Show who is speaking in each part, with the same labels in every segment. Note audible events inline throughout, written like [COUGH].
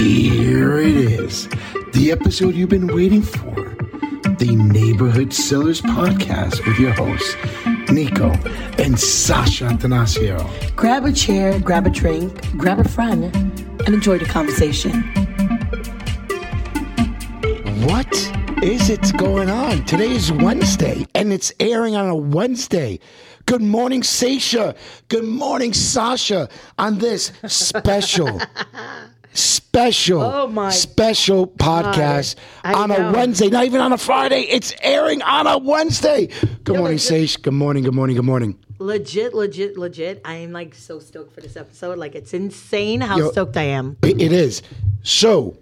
Speaker 1: Here it is, the episode you've been waiting for the Neighborhood Sellers Podcast with your hosts, Nico and Sasha Antanasio.
Speaker 2: Grab a chair, grab a drink, grab a friend, and enjoy the conversation.
Speaker 1: What is it going on? Today is Wednesday, and it's airing on a Wednesday. Good morning, Sasha. Good morning, Sasha. On this special, special,
Speaker 3: Oh, my
Speaker 1: special podcast
Speaker 3: I
Speaker 1: on
Speaker 3: know.
Speaker 1: a Wednesday, not even on a Friday. It's airing on a Wednesday. Good morning, Sasha. Good morning. Good morning. Good morning.
Speaker 3: Legit, legit, legit. I am like so stoked for this episode. Like it's insane how
Speaker 1: Yo.
Speaker 3: stoked I am.
Speaker 1: It it is. So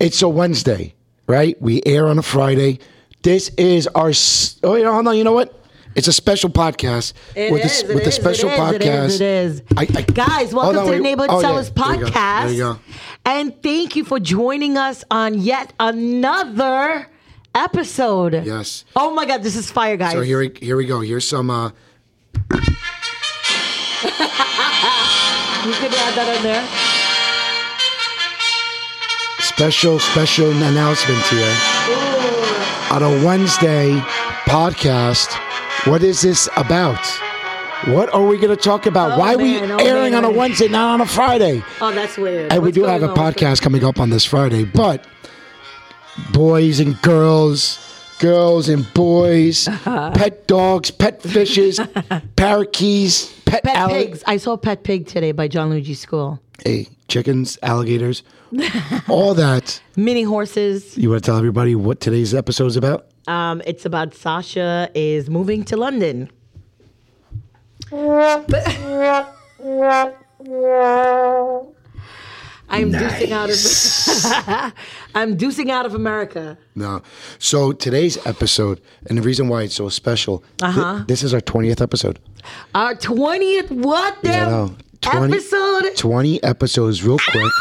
Speaker 1: it's a Wednesday, right? We air on a Friday. This is our. s- Oh, you know, no, you know what? It's a special podcast
Speaker 3: It
Speaker 1: with a
Speaker 3: is,
Speaker 1: s-
Speaker 3: it
Speaker 1: with a
Speaker 3: is, it
Speaker 1: special
Speaker 3: is, it
Speaker 1: podcast.
Speaker 3: is, it is.
Speaker 1: I- I-
Speaker 3: Guys,
Speaker 1: Hold
Speaker 3: welcome
Speaker 1: on,
Speaker 3: to the
Speaker 1: wait.
Speaker 3: Neighborhood
Speaker 1: Oh, yeah.
Speaker 3: Sellers
Speaker 1: There you go.
Speaker 3: Podcast.
Speaker 1: There you go.
Speaker 3: And thank you for joining us on yet another episode.
Speaker 1: Yes.
Speaker 3: Oh my God, this is fire, guys.
Speaker 1: So here we here we go. Here's some. Uh,
Speaker 3: you could add that in there.
Speaker 1: special special announcement here on a wednesday podcast what is this about what are we going to talk about
Speaker 3: Oh,
Speaker 1: why
Speaker 3: man,
Speaker 1: are
Speaker 3: oh,
Speaker 1: we airing on a
Speaker 3: man.
Speaker 1: wednesday not on a friday
Speaker 3: Oh, that's weird.
Speaker 1: and we
Speaker 3: What's
Speaker 1: do
Speaker 3: going
Speaker 1: have a
Speaker 3: on? What's going-
Speaker 1: podcast coming up on this friday but boys and girls girls and boys
Speaker 3: Uh-huh.
Speaker 1: pet dogs pet
Speaker 3: [LAUGHS]
Speaker 1: fishes parakeets pet,
Speaker 3: Pet
Speaker 1: alli-
Speaker 3: pigs. I saw Pet Pig today by John Luigi School.
Speaker 1: hey chickens
Speaker 3: [LAUGHS]
Speaker 1: alligators all that
Speaker 3: Mini horses.
Speaker 1: you want to tell everybody what today's episode is about
Speaker 3: Um, it's about Sasha is moving to London. I'm deucing out of [LAUGHS] I'm deucing out of America.
Speaker 1: No. So today's episode, and the reason why it's so special, thi-
Speaker 3: Uh-huh.
Speaker 1: this is our 20th episode.
Speaker 3: Our twentieth what the
Speaker 1: I know. 20
Speaker 3: episode?
Speaker 1: 20 episodes, real quick.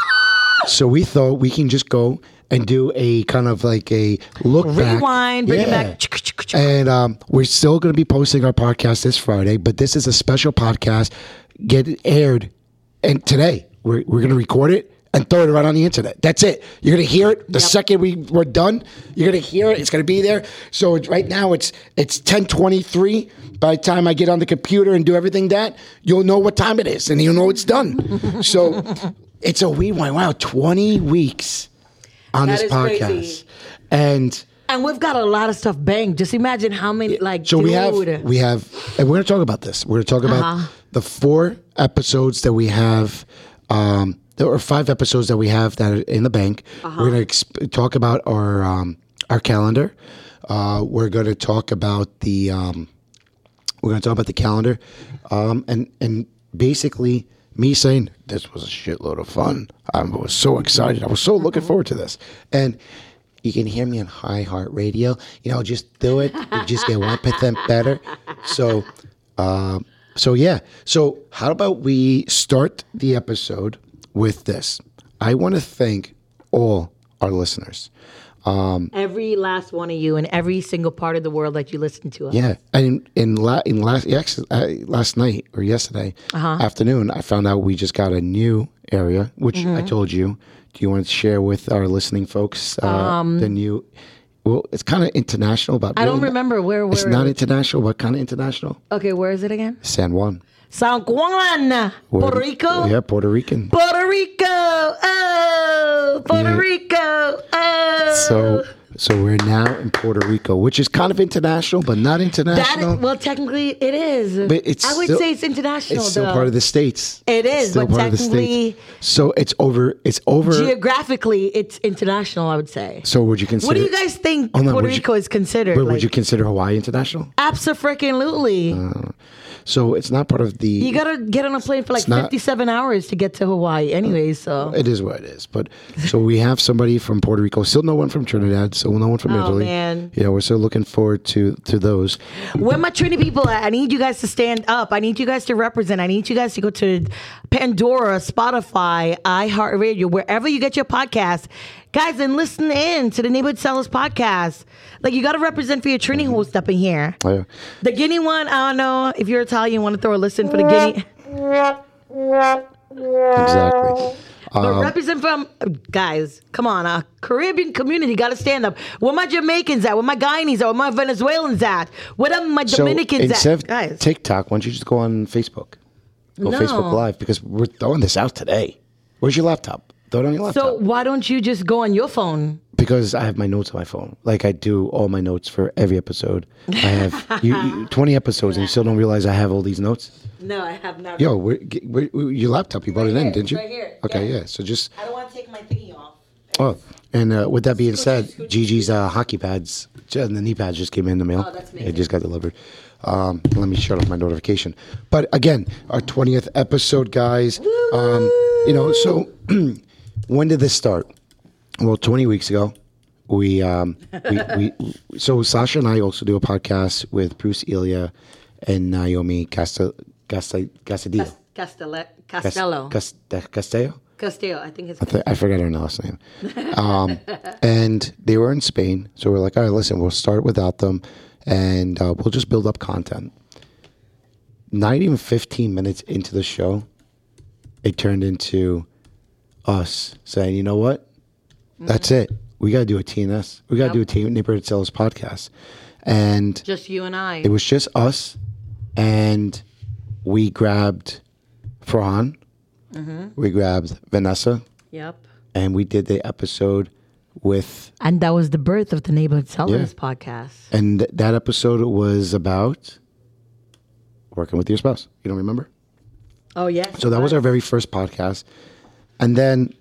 Speaker 1: so we thought we can just go and do a kind of like a look back.
Speaker 3: Rewind, bring it
Speaker 1: Yeah.
Speaker 3: back. Chuk, chuk, chuk.
Speaker 1: And um, we're still going to be posting our podcast this Friday, but this is a special podcast. Get it aired. And today, we're, we're going to record it and throw it around on the internet. That's it. You're going to hear it the second we, we're done. You're going to hear it. It's going to be there. So it's, right now, it's it's 1023. By the time I get on the computer and do everything that, you'll know what time it is and you'll know it's
Speaker 3: [LAUGHS]
Speaker 1: done. so it's a wee one. Wow, 20 weeks on
Speaker 3: That
Speaker 1: this
Speaker 3: is crazy.
Speaker 1: podcast. And...
Speaker 3: And we've got a lot of stuff banged. Just imagine how many like
Speaker 1: So we have
Speaker 3: dude. Uh-huh.
Speaker 1: we have and we're going to talk about this. We're going to talk about the four episodes that we have um there are five episodes that we have that are in the bank.
Speaker 3: Uh-huh.
Speaker 1: We're going to exp- talk about our um our calendar. Uh we're going to talk about the um we're going to talk about the calendar um and and basically me saying this was a shitload of fun. I was so excited. I was so looking forward to this. And you can hear me on High Heart Radio. You know, just do it. You just get one percent better. So, um, so yeah. So how about we start the episode with this? I want to thank all our listeners.
Speaker 3: every last one of you in every single part of the world that you listen to us.
Speaker 1: Yeah, and in la- in last yes, uh, last night or yesterday
Speaker 3: Uh-huh.
Speaker 1: afternoon, I found out we just got a new area, which I
Speaker 3: Mm-hmm.
Speaker 1: told you. Do you want to share with our listening folks uh, the new? Well, it's kind of international, but
Speaker 3: Um, I
Speaker 1: really
Speaker 3: don't
Speaker 1: not-
Speaker 3: remember where
Speaker 1: It's
Speaker 3: where
Speaker 1: not e-
Speaker 3: it
Speaker 1: international, but kind of international.
Speaker 3: was. Okay, where is it again?
Speaker 1: San Juan,
Speaker 3: San Juan, Puerto Rico.
Speaker 1: Yeah, Puerto Rican.
Speaker 3: Puerto Rico, oh, Puerto
Speaker 1: Yeah.
Speaker 3: Rico, oh.
Speaker 1: So, so we're now in Puerto Rico, which is kind of international, but not
Speaker 3: that
Speaker 1: international.
Speaker 3: is, well, technically it is.
Speaker 1: But it's
Speaker 3: I would
Speaker 1: still-
Speaker 3: say it's international.
Speaker 1: it's still
Speaker 3: though.
Speaker 1: part of the states.
Speaker 3: It
Speaker 1: It's
Speaker 3: is, but technically-
Speaker 1: So it's over. It's over.
Speaker 3: Geographically, it's international. I would say.
Speaker 1: so would you consider?
Speaker 3: What do you guys think
Speaker 1: Hold on,
Speaker 3: Puerto
Speaker 1: would you-
Speaker 3: Rico is considered?
Speaker 1: But
Speaker 3: like,
Speaker 1: would you Uh, consider Hawaii international?
Speaker 3: Absolutely.
Speaker 1: So it's not part of the.
Speaker 3: you gotta get on a plane for like
Speaker 1: not-
Speaker 3: 57 hours to get to Hawaii, anyway. So.
Speaker 1: it is what it is, but so we have somebody from Puerto Rico. Still, no one from Trinidad. Still, no one from
Speaker 3: Oh,
Speaker 1: Italy.
Speaker 3: man.
Speaker 1: You know, we're still looking forward to to those.
Speaker 3: Where my Trinity people at? I need you guys to stand up. I need you guys to represent. I need you guys to go to Pandora, Spotify, iHeartRadio, wherever you get your podcast. Guys, and listen in to the Neighborhood Sellers podcast. Like, you got to represent for your Trini host up in here.
Speaker 1: Uh,
Speaker 3: The Guinea one, I don't know. If you're Italian, want to throw a listen for the Guinea.
Speaker 1: exactly. Uh,
Speaker 3: but represent from guys. Come on, a Caribbean community got to stand up. Where my Jamaicans at? Where my Guyanese at? Where my Venezuelans at? Where are my
Speaker 1: So
Speaker 3: Dominicans
Speaker 1: instead
Speaker 3: at?
Speaker 1: of
Speaker 3: Guys,
Speaker 1: TikTok, why don't you just go on Facebook? Go
Speaker 3: No.
Speaker 1: Facebook Live because we're throwing this out today. Where's your laptop? Throw it on your laptop.
Speaker 3: so why don't you just go on your phone?
Speaker 1: because I have my notes on my phone. Like I do all my notes for every episode. I have you, you,
Speaker 3: [LAUGHS]
Speaker 1: 20 episodes and you still don't realize I have all these notes.
Speaker 3: No, I have not.
Speaker 1: Yo, where, g- where, where- your laptop, you brought it
Speaker 3: Right
Speaker 1: in,
Speaker 3: here,
Speaker 1: didn't you?
Speaker 3: right here,
Speaker 1: Okay,
Speaker 3: yeah.
Speaker 1: yeah. So just,
Speaker 3: I don't want to take my thingy off.
Speaker 1: oh, and uh, with that being said, Gigi's uh, hockey pads ju- and the knee pads just came in the mail.
Speaker 3: Oh, that's
Speaker 1: It just got delivered. Um, let me shut off my notification. But again, our 20th episode, guys. Um, you know, so [CLEARS THROAT] when did this start? Well, 20 weeks ago, we, um, we, we so Sasha and I also do a podcast with Bruce Elia and Naomi Casta, Casta, Castadillo.
Speaker 3: Castello.
Speaker 1: Cas-
Speaker 3: Castello.
Speaker 1: Cas- Da- Castello?
Speaker 3: Castello. I think it's.
Speaker 1: Th- I forget her last name. Um, and they were in Spain. So we're like, all right, listen, we'll start without them and uh, we'll just build up content. Not even 15 minutes into the show, it turned into us saying, you know what? That's it. We got to do a TNS. We got to do a T- Neighborhood Sellers podcast. And
Speaker 3: Just you and I.
Speaker 1: it was just us, and we grabbed Fran, we grabbed Vanessa,
Speaker 3: Yep.
Speaker 1: and we did the episode with.
Speaker 3: And that was the birth of the Neighborhood Sellers
Speaker 1: Yeah.
Speaker 3: podcast.
Speaker 1: And that episode was about working with your spouse. You don't remember?
Speaker 3: Oh, yes.
Speaker 1: So that was our very first podcast. And then,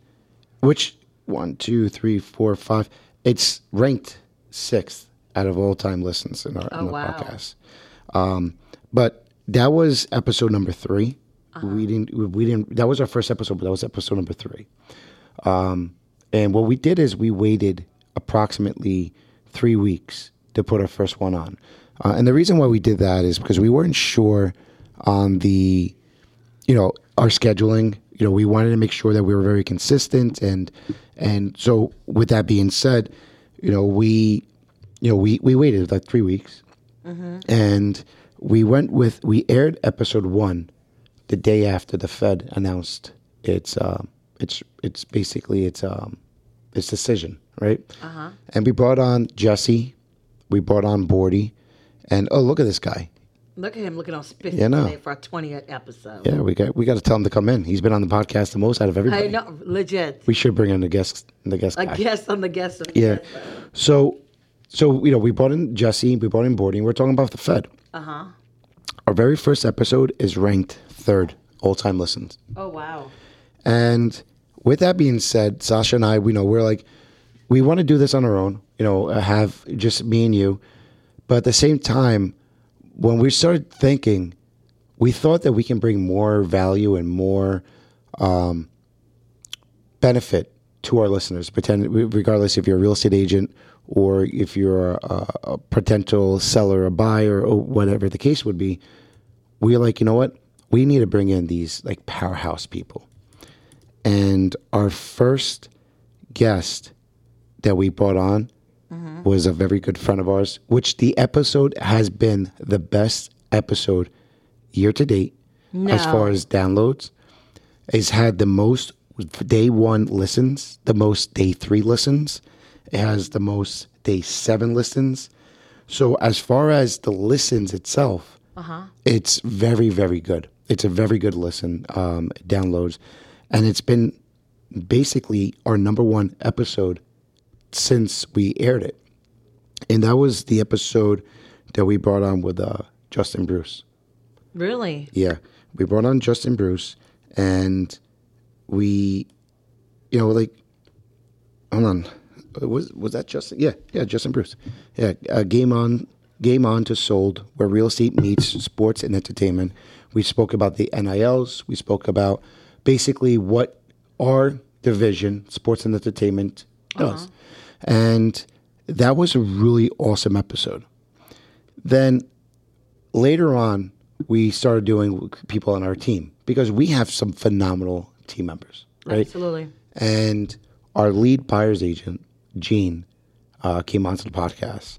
Speaker 1: which one, two, three, four, five? It's ranked sixth out of all time listens in our in
Speaker 3: Oh,
Speaker 1: the
Speaker 3: wow.
Speaker 1: podcast. Um, but that was episode number 3
Speaker 3: Uh-huh.
Speaker 1: We didn't. We, we didn't. That was our first episode, but that was episode number three. Um, and what we did is we waited approximately three weeks to put our first one on. Uh, and the reason why we did that is because we weren't sure on the you know our scheduling you know we wanted to make sure that we were very consistent and and so with that being said you know we you know we we waited like three weeks and we went with we aired episode one the day after the fed announced its um it's it's basically its um its decision right uh-huh. and we brought on jesse we brought on bordy and oh look at this guy
Speaker 3: Look at him looking all spiffy
Speaker 1: Yeah, no.
Speaker 3: today for our 20th episode.
Speaker 1: yeah we got we got to tell him to come in he's been on the podcast the most out of everybody
Speaker 3: I know, legit.
Speaker 1: We should bring in the guest, the guest
Speaker 3: A
Speaker 1: guy.
Speaker 3: guest on the guest. Of the
Speaker 1: Yeah.
Speaker 3: guest.
Speaker 1: So, so you know, we brought in Jesse, we brought in Boarding. We're talking about the Fed. Uh huh.
Speaker 3: Uh-huh.
Speaker 1: Our very first episode is ranked third all time listens.
Speaker 3: Oh, wow.
Speaker 1: And with that being said, Sasha and I, we know we're like, we want to do this on our own. You know, uh, have just me and you. But at the same time, when we started thinking, we thought that we can bring more value and more um, benefit to our listeners, pretend, regardless if you're a real estate agent or if you're a, a potential seller, a buyer, or whatever the case would be, we're like, you know what? We need to bring in these like powerhouse people. And our first guest that we brought on was a very good friend of ours, which the episode has been the best episode year to date as
Speaker 3: No.
Speaker 1: far as downloads has had the most day one listens, the most day three listens, it has the most day seven listens. So as far as the listens itself, it's very very good. It's a very good listen um, downloads, and it's been basically our number one episode since we aired it, and that was the episode that we brought on with uh, Justin Bruce.
Speaker 3: Really?
Speaker 1: Yeah, we brought on Justin Bruce, and we, you know, like, hold on, Uh, was was that Justin? Yeah, yeah, Justin Bruce. Yeah, uh, game on, game on to sold, where real estate meets sports and entertainment. We spoke about the NILs. We spoke about basically what our division, sports and entertainment, does, and that was a really awesome episode. Then later on, we started doing people on our team because we have some phenomenal team members, right?
Speaker 3: Absolutely.
Speaker 1: And our lead buyer's agent, Gene, uh, came onto the podcast,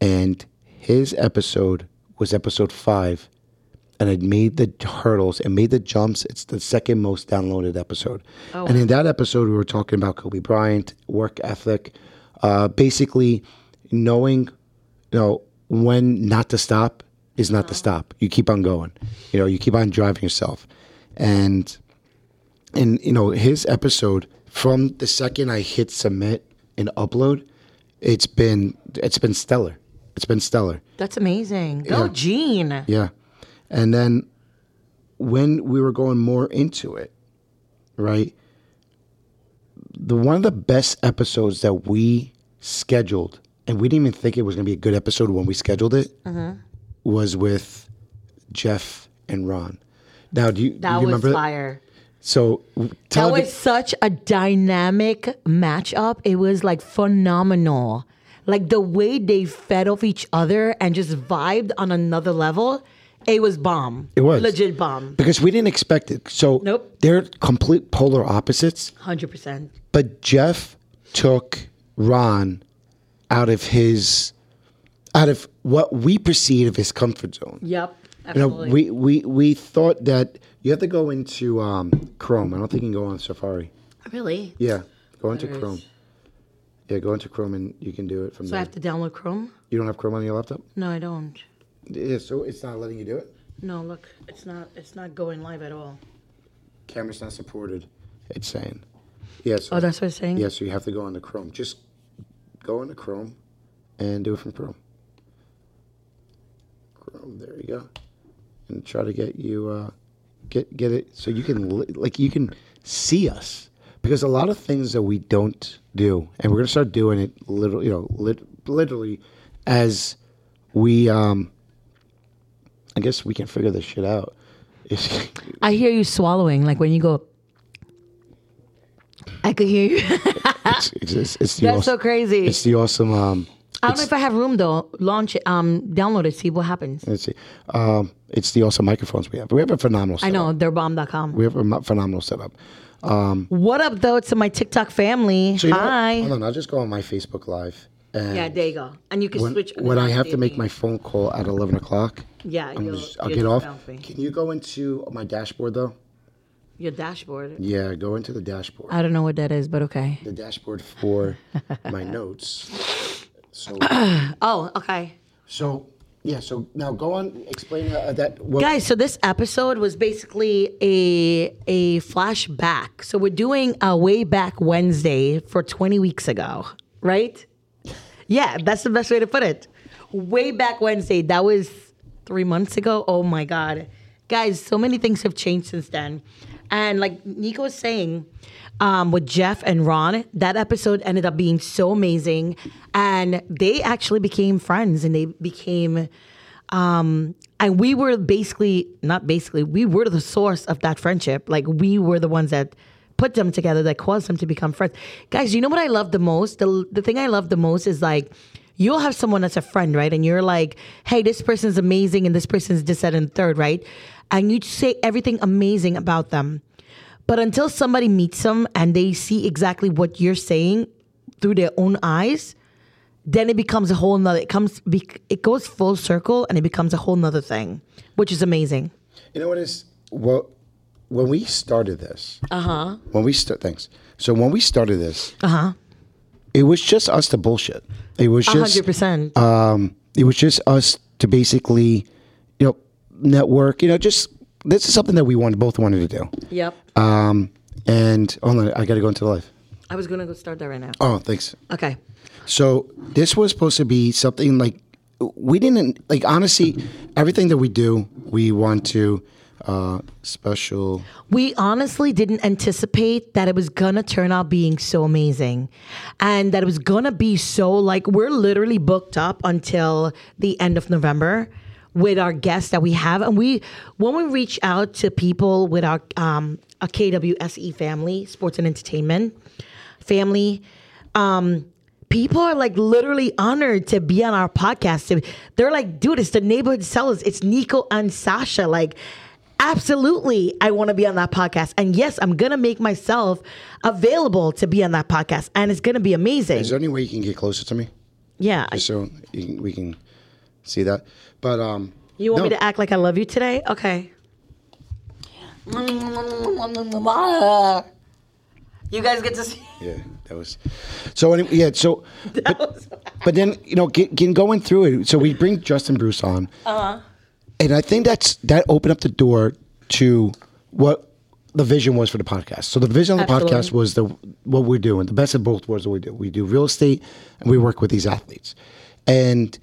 Speaker 1: and his episode was episode five, and it made the hurdles and made the jumps. It's the second most downloaded episode. And in that episode, we were talking about Kobe Bryant, work ethic, uh, basically knowing, you know, when not to stop is not to stop. You keep on going. You know, you keep on driving yourself, and and you know his episode from the second I hit submit and upload, it's been it's been stellar. It's been stellar.
Speaker 3: That's amazing. Go,
Speaker 1: Yeah.
Speaker 3: Gene.
Speaker 1: Yeah. And then when we were going more into it, right? The one of the best episodes that we scheduled, and we didn't even think it was going to be a good episode when we scheduled it,
Speaker 3: Mm-hmm.
Speaker 1: was with Jeff and Ron. Now, do you, do you
Speaker 3: That was
Speaker 1: remember that?
Speaker 3: fire.
Speaker 1: So
Speaker 3: That
Speaker 1: tell the-
Speaker 3: was such a dynamic matchup. It was like phenomenal. Like the way they fed off each other and just vibed on another level. It was bomb.
Speaker 1: It was.
Speaker 3: legit bomb.
Speaker 1: because we didn't expect it. So
Speaker 3: Nope.
Speaker 1: they're complete polar opposites.
Speaker 3: Hundred percent.
Speaker 1: but Jeff took Ron out of his out of what we perceive of his comfort zone.
Speaker 3: Yep.
Speaker 1: You know,
Speaker 3: Absolutely.
Speaker 1: we, we we thought that you have to go into um, Chrome. I don't think you can go on Safari.
Speaker 3: really?
Speaker 1: Yeah, go into
Speaker 3: There is.
Speaker 1: Chrome. Yeah, go into Chrome and you can do it from
Speaker 3: So I
Speaker 1: there.
Speaker 3: have to download Chrome?
Speaker 1: you don't have Chrome on your laptop?
Speaker 3: No, I don't.
Speaker 1: Yeah, so it's not letting you do it.
Speaker 3: No, look, it's not it's not going live at all.
Speaker 1: Camera's not supported. It's saying. Yeah. So,
Speaker 3: Oh, that's what it's saying?
Speaker 1: Yeah, so you have to go into Chrome. Just go into Chrome and do it from Chrome. Chrome, there you go. And try to get you uh, get get it so you can li- like you can see us because a lot of things that we don't do, and we're gonna start doing it literally, you know, lit- literally as we um. I guess we can figure this shit out.
Speaker 3: I hear you swallowing, like when you go I could hear you.
Speaker 1: It's, it's, it's, it's the
Speaker 3: That's
Speaker 1: awesome,
Speaker 3: so crazy.
Speaker 1: It's the awesome. Um,
Speaker 3: [LAUGHS] I don't know if I have room though. Launch it, um download it, see what happens.
Speaker 1: let's see. Um, it's the awesome microphones we have. We have a phenomenal.
Speaker 3: I
Speaker 1: Setup.
Speaker 3: know, they're bomb.com.
Speaker 1: We have a mo- phenomenal setup.
Speaker 3: What up though to my TikTok family?
Speaker 1: So you know what?
Speaker 3: Hi.
Speaker 1: Hold on, I'll just go on my Facebook Live. And
Speaker 3: yeah, there you go. And you can
Speaker 1: when,
Speaker 3: switch
Speaker 1: when I have to make my phone call at eleven o'clock,
Speaker 3: Yeah,
Speaker 1: I'm
Speaker 3: you'll-
Speaker 1: just, I'll
Speaker 3: you'll
Speaker 1: get
Speaker 3: just
Speaker 1: off.
Speaker 3: bounce me.
Speaker 1: Can you go into my dashboard though?
Speaker 3: your dashboard.
Speaker 1: Yeah, go into the dashboard.
Speaker 3: I don't know what that is, but okay.
Speaker 1: the dashboard for
Speaker 3: [LAUGHS]
Speaker 1: my notes.
Speaker 3: [COUGHS]
Speaker 1: So,
Speaker 3: Oh, okay.
Speaker 1: so yeah. So now go on. Explain uh, that. Well,
Speaker 3: guys so this episode was basically a a flashback so we're doing a way back wednesday for 20 weeks ago right yeah that's the best way to put it way back wednesday that was three months ago oh my god guys so many things have changed since then and like nico was saying um, with jeff and ron that episode ended up being so amazing and they actually became friends and they became um, and we were basically not basically we were the source of that friendship like we were the ones that put them together that caused them to become friends guys you know what i love the most the, the thing i love the most is like you'll have someone that's a friend right and you're like hey this person's amazing and this person's this that, and third right and you say everything amazing about them but until somebody meets them and they see exactly what you're saying through their own eyes then it becomes a whole nother it comes bec- it goes full circle and it becomes a whole nother thing which is amazing
Speaker 1: You know what is well when we started this. Uh huh. When we start thanks. So when we started this. Uh huh. It was just us to bullshit. It was
Speaker 3: A
Speaker 1: just
Speaker 3: 100%
Speaker 1: um, it was just us to basically, you know, network. You know, just this is something that we wanted both wanted to do.
Speaker 3: yep
Speaker 1: Um, and hold on, I got to go into the live.
Speaker 3: i was gonna go start that right now
Speaker 1: Oh, thanks.
Speaker 3: okay
Speaker 1: So this was supposed to be something like we didn't like. Honestly, everything that we do, we want to uh, special.
Speaker 3: we honestly didn't anticipate that it was gonna turn out being so amazing and that it was gonna be so like we're literally booked up until the end of november with our guests that we have and we when we reach out to people with our um a kwse E family sports and entertainment family um people are like literally honored to be on our podcast To- they're like dude it's the neighborhood sellers it's nico and sasha like absolutely i want to be on that podcast and yes i'm gonna make myself available to be on that podcast and it's gonna be amazing
Speaker 1: Is there any way you can get closer to me
Speaker 3: yeah I-
Speaker 1: so you can, we can see that? But um,
Speaker 3: You want me
Speaker 1: No.
Speaker 3: to act like I love you today? Okay. You guys get to see.
Speaker 1: Yeah, that was. So anyway, yeah.
Speaker 3: [LAUGHS]
Speaker 1: So, but, but then you know, g- g- going through it. So we bring Justin Bruce on, uh-huh. and I think that's that opened up the door to what the vision was for the podcast. So the vision of the podcast
Speaker 3: Absolutely.
Speaker 1: was the what we're doing. The best of both worlds. What we do, we do real estate, and we work with these athletes, and.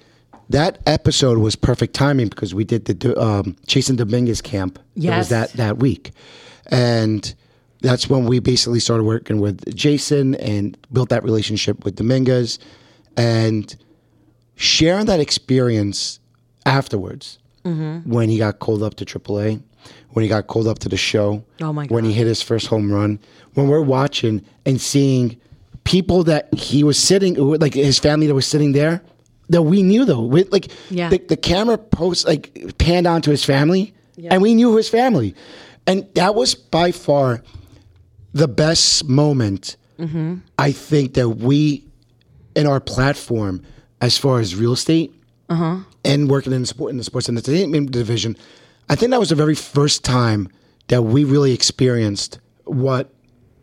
Speaker 1: That episode was perfect timing because we did the Du- um, Jason Dominguez camp. It was
Speaker 3: Yes.
Speaker 1: that that week. And that's when we basically started working with Jason and built that relationship with Dominguez and sharing that experience afterwards
Speaker 3: Mm-hmm.
Speaker 1: when he got called up to AAA, when he got called up to the show,
Speaker 3: Oh my
Speaker 1: when he hit his first home run, when we're watching and seeing people that he was sitting, like his family that was sitting there. That we knew though, we, like
Speaker 3: Yeah.
Speaker 1: the, the camera post like panned onto his family, and we knew his family, and that was by far the best moment
Speaker 3: Mm-hmm.
Speaker 1: I think that we in our platform as far as real estate
Speaker 3: Uh-huh.
Speaker 1: and working in the sport in the sports and entertainment division, I think that was the very first time that we really experienced what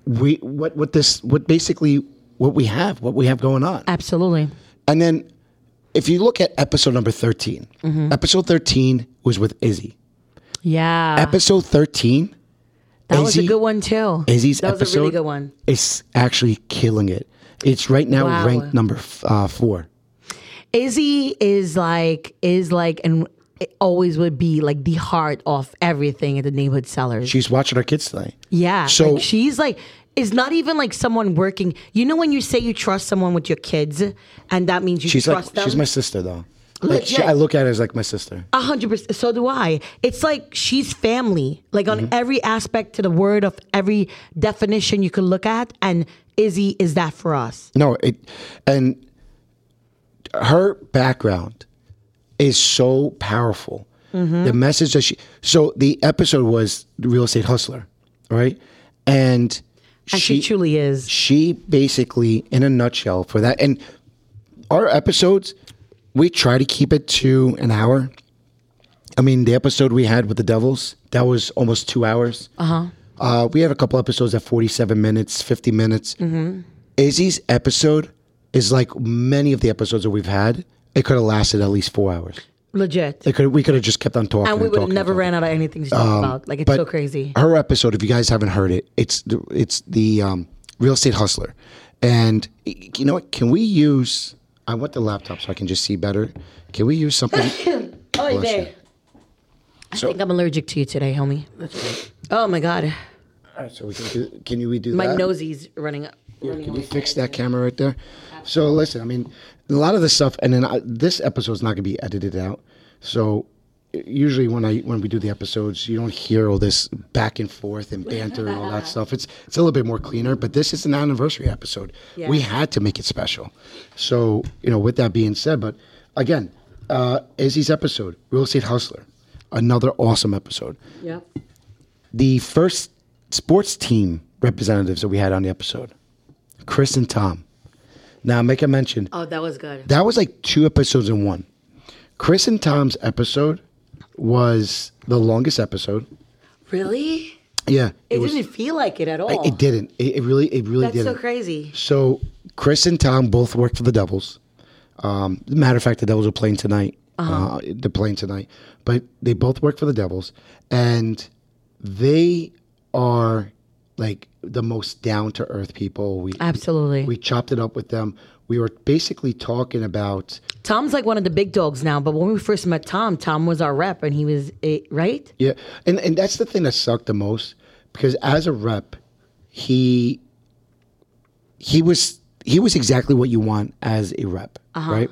Speaker 1: we what what this what basically what we have what we have going on.
Speaker 3: Absolutely.
Speaker 1: And then if you look at episode number 13,
Speaker 3: Mm-hmm.
Speaker 1: episode 13 was with Izzy.
Speaker 3: Yeah.
Speaker 1: Episode 13
Speaker 3: that was a
Speaker 1: Izzy-
Speaker 3: good one too.
Speaker 1: Izzy's
Speaker 3: that was
Speaker 1: episode
Speaker 3: a really good one.
Speaker 1: is actually killing it. It's right now
Speaker 3: Wow.
Speaker 1: ranked number f- uh, 4.
Speaker 3: Izzy is like is like and it always would be like the heart of everything at the neighborhood sellers.
Speaker 1: She's watching our kids tonight.
Speaker 3: Yeah.
Speaker 1: So-
Speaker 3: like, she's like, it's not even like someone working. You know when you say you trust someone with your kids, and that means you
Speaker 1: She's
Speaker 3: trust
Speaker 1: like
Speaker 3: them.
Speaker 1: she's my sister though. Like she,
Speaker 3: Legit.
Speaker 1: I look at her as like my sister.
Speaker 3: A hundred percent. So do I. It's like she's family, like on
Speaker 1: Mm-hmm.
Speaker 3: every aspect to the word of every definition you could look at, and Izzy is that for us.
Speaker 1: No, it and her background is so powerful.
Speaker 3: Mm-hmm.
Speaker 1: The message that she so the episode was the real estate hustler, right? And,
Speaker 3: And she, truly is.
Speaker 1: she basically in a nutshell for that and our episodes we try to keep it to an hour i mean the episode we had with the devils that was almost two hours uh-huh uh, we had a couple episodes at 47 minutes 50 minutes
Speaker 3: Mm-hmm.
Speaker 1: izzy's episode is like many of the episodes that we've had it could have lasted at least four hours
Speaker 3: Legit.
Speaker 1: it could we could have just kept on talking
Speaker 3: and we would have
Speaker 1: talking
Speaker 3: never
Speaker 1: talking.
Speaker 3: ran out of anything to talk
Speaker 1: Um,
Speaker 3: about. Like it's so crazy.
Speaker 1: Her episode, if you guys haven't heard it, it's the, it's the um, real estate hustler, and y- you know what? Can we use? I want the laptop so I can just see better. Can we use
Speaker 3: [LAUGHS]
Speaker 1: something?
Speaker 3: Oh,
Speaker 1: Bless you.
Speaker 3: I think I'm allergic to you today, homie. Oh my god,
Speaker 1: All right, so we can do, can you redo
Speaker 3: my
Speaker 1: that?
Speaker 3: nosies running up. running
Speaker 1: Can
Speaker 3: away.
Speaker 1: you fix that camera right there? So listen, I mean, a lot of this stuff, and then I, this episode's not going to be edited out. So u- usually when I when we do the episodes, you don't hear all this back and forth and banter and all that stuff. It's it's a little bit more cleaner. But this is an anniversary episode. We had to make it special. So you know, with that being said, but again, uh, Izzy's episode, real estate hustler, another awesome episode
Speaker 3: Yep.
Speaker 1: the first sports team representatives that we had on the episode, Chris and Tom. Now, make a mention.
Speaker 3: Oh, that was good.
Speaker 1: That was like two episodes in one. Chris and Tom's episode was the longest episode.
Speaker 3: Really?
Speaker 1: Yeah,
Speaker 3: It,
Speaker 1: was.
Speaker 3: didn't feel like it at all.
Speaker 1: It didn't. It, it really. It really
Speaker 3: That's
Speaker 1: didn't.
Speaker 3: so crazy.
Speaker 1: So Chris and Tom both worked for the Devils. Um, matter of fact, the Devils are playing tonight. uh they're playing tonight, but they both work for the Devils, and they are like the most down to earth people. We
Speaker 3: Absolutely.
Speaker 1: we chopped it up with them. We were basically talking about
Speaker 3: Tom's like one of the big dogs now, but when we first met Tom, Tom was our rep and he was a, right?
Speaker 1: Yeah, and and that's the thing that sucked the most because as a rep, he he was he was exactly what you want as a representative
Speaker 3: Uh-huh.
Speaker 1: right?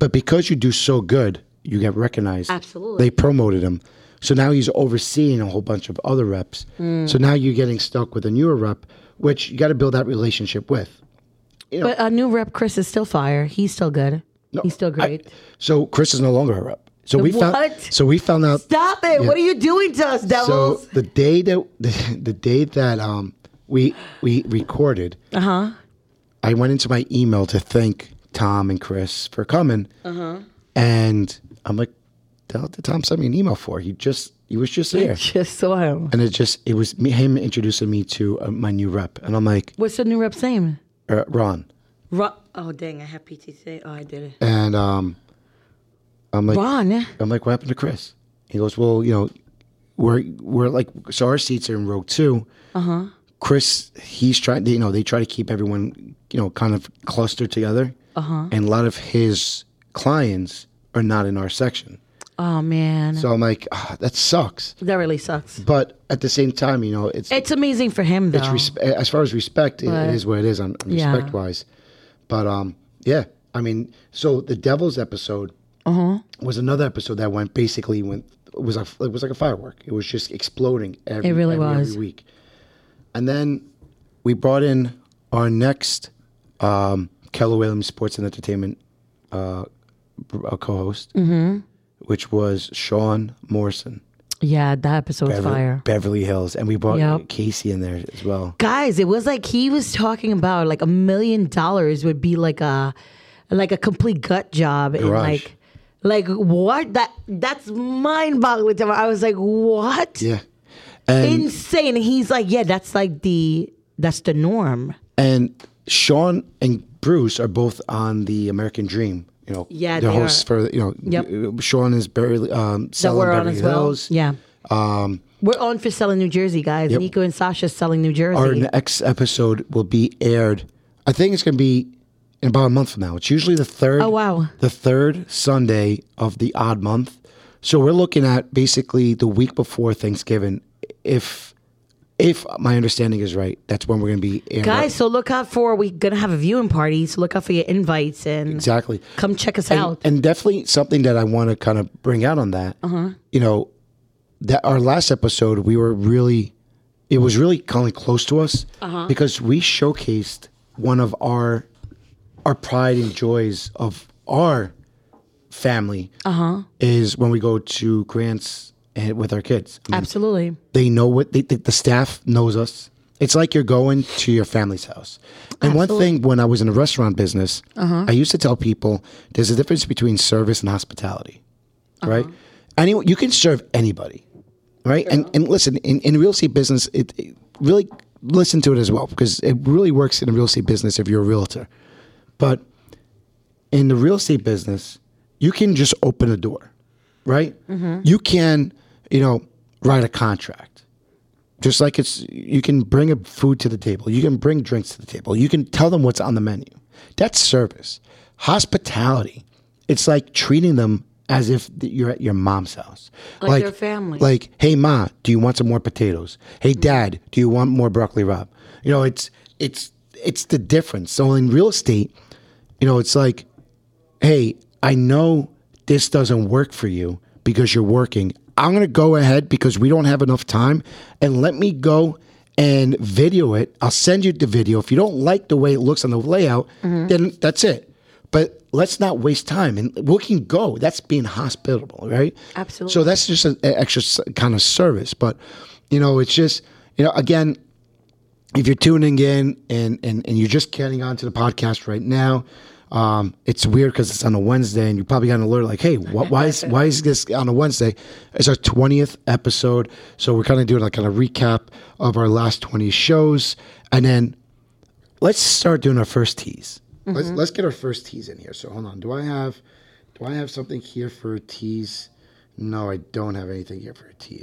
Speaker 1: But because you do so good, you get recognized.
Speaker 3: Absolutely.
Speaker 1: they promoted him, so now he's overseeing a whole bunch of other reps.
Speaker 3: Mm.
Speaker 1: So now you're getting stuck with a newer rep, which you got to build that relationship with.
Speaker 3: But our new rep Chris is still fire. He's still good. He's still great.
Speaker 1: So Chris is no longer a rep. So we found.
Speaker 3: What?
Speaker 1: So we found out.
Speaker 3: Stop it. What are you doing to us, devils?
Speaker 1: So the day that the, the day that um we we recorded, uh huh. I went into my email to thank Tom and Chris for coming, uh huh. And I'm like, the hell did Tom send me an email for? He just he was just there,
Speaker 3: [LAUGHS] Just saw him.
Speaker 1: and it just it was me, him introducing me to uh, my new rep, and I'm like
Speaker 3: What's the new rep's name?
Speaker 1: uh, Ron,
Speaker 3: Ron. Oh dang, I have PTC. Oh, I did it.
Speaker 1: and um, I'm like
Speaker 3: Ron.
Speaker 1: I'm like, what happened to Chris? He goes, well, you know, we're we're like, so our seats are in row two. Uh huh. Chris, he's trying. You know, they try to keep everyone, you know, kind of clustered together. Uh huh. And a lot of his clients are not in our section.
Speaker 3: Oh man,
Speaker 1: So I'm like, ah, that sucks.
Speaker 3: that really sucks.
Speaker 1: But at the same time, you know, it's
Speaker 3: It's amazing for him though.
Speaker 1: it's respe- as far as respect, it-
Speaker 3: Right.
Speaker 1: it is what it is on on
Speaker 3: Yeah.
Speaker 1: respect wise. But um, yeah, I mean, so the Devils episode
Speaker 3: Uh-huh.
Speaker 1: was another episode that went basically went was a, it was like a firework. It was just exploding every
Speaker 3: It really
Speaker 1: every, every
Speaker 3: was.
Speaker 1: week. And then we brought in our next um, Keller Williams Sports and Entertainment uh, br- uh, co-host,
Speaker 3: Mm-hmm.
Speaker 1: which was Sean Morrison.
Speaker 3: yeah, that episode's
Speaker 1: Bever-
Speaker 3: fire.
Speaker 1: Beverly Hills, and we brought
Speaker 3: Yep.
Speaker 1: Casey in there as well.
Speaker 3: Guys, it was like he was talking about like a million dollars would be like a like a complete gut job and
Speaker 1: Garage.
Speaker 3: like like what that that's mind boggling to me. I was like, what?
Speaker 1: Yeah. And
Speaker 3: Insane. And he's like, yeah, that's like the that's the norm.
Speaker 1: and Sean and Bruce are both on the American Dream. You know,
Speaker 3: Yeah,
Speaker 1: they're
Speaker 3: they
Speaker 1: hosts
Speaker 3: are.
Speaker 1: for you know.
Speaker 3: Yep.
Speaker 1: Sean is barely um,
Speaker 3: that
Speaker 1: selling
Speaker 3: we're on
Speaker 1: Beverly
Speaker 3: as well.
Speaker 1: Hills. Um,
Speaker 3: Yeah. we're on for selling New Jersey, guys.
Speaker 1: Yep.
Speaker 3: Nico and Sasha's selling New Jersey.
Speaker 1: Our next episode will be aired. I think it's going to be in about a month from now. It's usually the third.
Speaker 3: Oh, wow.
Speaker 1: The third Sunday of the odd month. So we're looking at basically the week before Thanksgiving. If if my understanding is right, that's when we're going to be airing.
Speaker 3: guys, so look out for we're gonna have a viewing party, so look out for your invites and
Speaker 1: exactly.
Speaker 3: come check us
Speaker 1: and,
Speaker 3: out.
Speaker 1: and definitely something that I want to kind of bring out on that. You know, that our last episode we were really, it was really kind of close to us because we showcased one of our our pride and joys of our family is when we go to grants and with our kids. I mean,
Speaker 3: Absolutely. [LAUGHS]
Speaker 1: they know what they, the, the staff knows us. It's like you're going to your family's house. And one thing when I was in the restaurant business, I used to tell people there's a difference between service and hospitality, right? Anyone you can serve anybody, right? And and listen, in, in real estate business, it, it really listen to it as well because it really works in the real estate business if you're a realtor. But in the real estate business, you can just open a door, right?
Speaker 3: Mm-hmm.
Speaker 1: You can, you know, write a contract. Just like it's, you can bring a food to the table. You can bring drinks to the table. You can tell them what's on the menu. That's service. Hospitality, it's like treating them as if th- you're at your mom's house.
Speaker 3: Like their family. Mm-hmm.
Speaker 1: Like, hey, ma, do you want some more potatoes? Hey, dad, do you want more broccoli rob? You know, it's, it's, it's the difference. So in real estate, you know, it's like hey, I know this doesn't work for you because you're working. I'm going to go ahead because we don't have enough time and let me go and video it. I'll send you the video. If you don't like the way it looks on the layout, then that's it. But let's not waste time and we can go. That's being hospitable, right?
Speaker 3: Absolutely.
Speaker 1: So that's just an extra s- kind of service. But, you know, it's just, you know, again, if you're tuning in and and, and you're just getting onto the podcast right now, um, it's weird because it's on a Wednesday and you probably got an alert like, hey, wh- why is why is this on a Wednesday? It's our twentieth episode, so we're kind of doing like kind of recap of our last twenty shows, and then let's start doing our first tease. Let's let's get our first tease in here. So hold on, do I have do I have something here for a tease? No, I don't have anything here for a tease.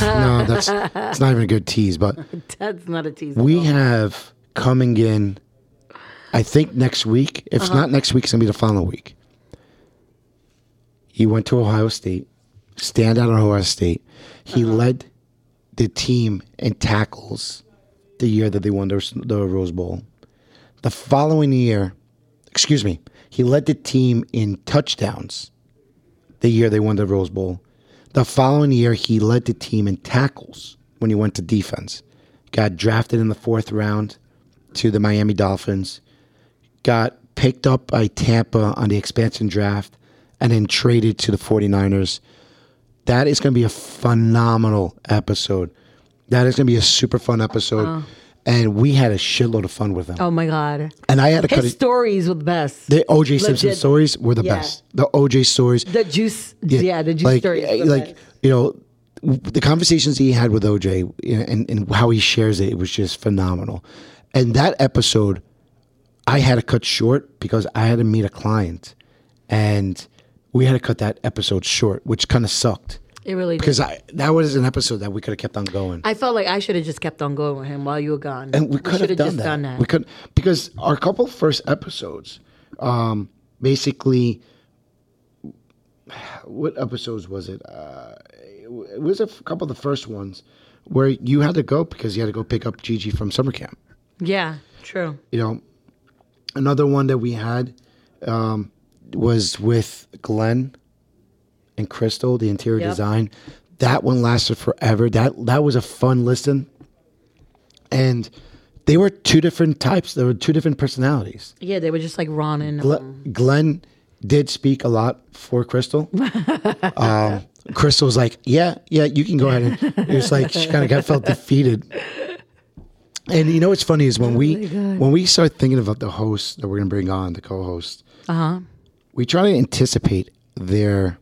Speaker 1: no, that's it's not even a good tease, but.
Speaker 3: That's not a teaser.
Speaker 1: We have coming in, I think next week. If it's not next week, it's gonna be the following week. He went to Ohio State, standout at Ohio State. He led the team in tackles the year that they won the, the Rose Bowl. The following year, excuse me, he led the team in touchdowns the year they won the Rose Bowl. The following year, he led the team in tackles when he went to defense. Got drafted in the fourth round to the Miami Dolphins. Got picked up by Tampa on the expansion draft and then traded to the 49ers. That is going to be a phenomenal episode. That is going to be a super fun episode. and we had a shitload of fun with him.
Speaker 3: Oh my god.
Speaker 1: And I had to cut
Speaker 3: His
Speaker 1: it.
Speaker 3: stories were the best.
Speaker 1: The OJ Simpson
Speaker 3: Legit.
Speaker 1: stories were the
Speaker 3: Yeah.
Speaker 1: best. The OJ stories.
Speaker 3: The juice. Yeah, the juice
Speaker 1: like,
Speaker 3: stories. were the
Speaker 1: Like
Speaker 3: best.
Speaker 1: you know, w- the conversations he had with OJ you know, and and how he shares it, it was just phenomenal. And that episode, I had to cut short because I had to meet a client, and we had to cut that episode short, which kind of sucked
Speaker 3: it really. Did.
Speaker 1: because I that was an episode that we could have kept on going.
Speaker 3: I felt like I should have just kept on going with him while you were gone.
Speaker 1: and we could have
Speaker 3: shoulda
Speaker 1: done,
Speaker 3: just
Speaker 1: that.
Speaker 3: done that.
Speaker 1: We could because our couple first episodes, um, basically, what episodes was it? Uh, it was a f- couple of the first ones where you had to go because you had to go pick up Gigi from summer camp.
Speaker 3: yeah, true.
Speaker 1: You know, another one that we had um, was with Glenn and Crystal, the interior
Speaker 3: Yep.
Speaker 1: design. That one lasted forever. That that was a fun listen, and they were two different types. There were two different personalities.
Speaker 3: Yeah, they were just like Ron and um,
Speaker 1: Gle- Glenn did speak a lot for Crystal. um, Crystal was like, "Yeah, yeah, you can go ahead." And it was like she kind of got felt defeated. And you know what's funny is when we when we start thinking about the host that we're going to bring on, the co-host,
Speaker 3: uh huh.
Speaker 1: we try to anticipate their.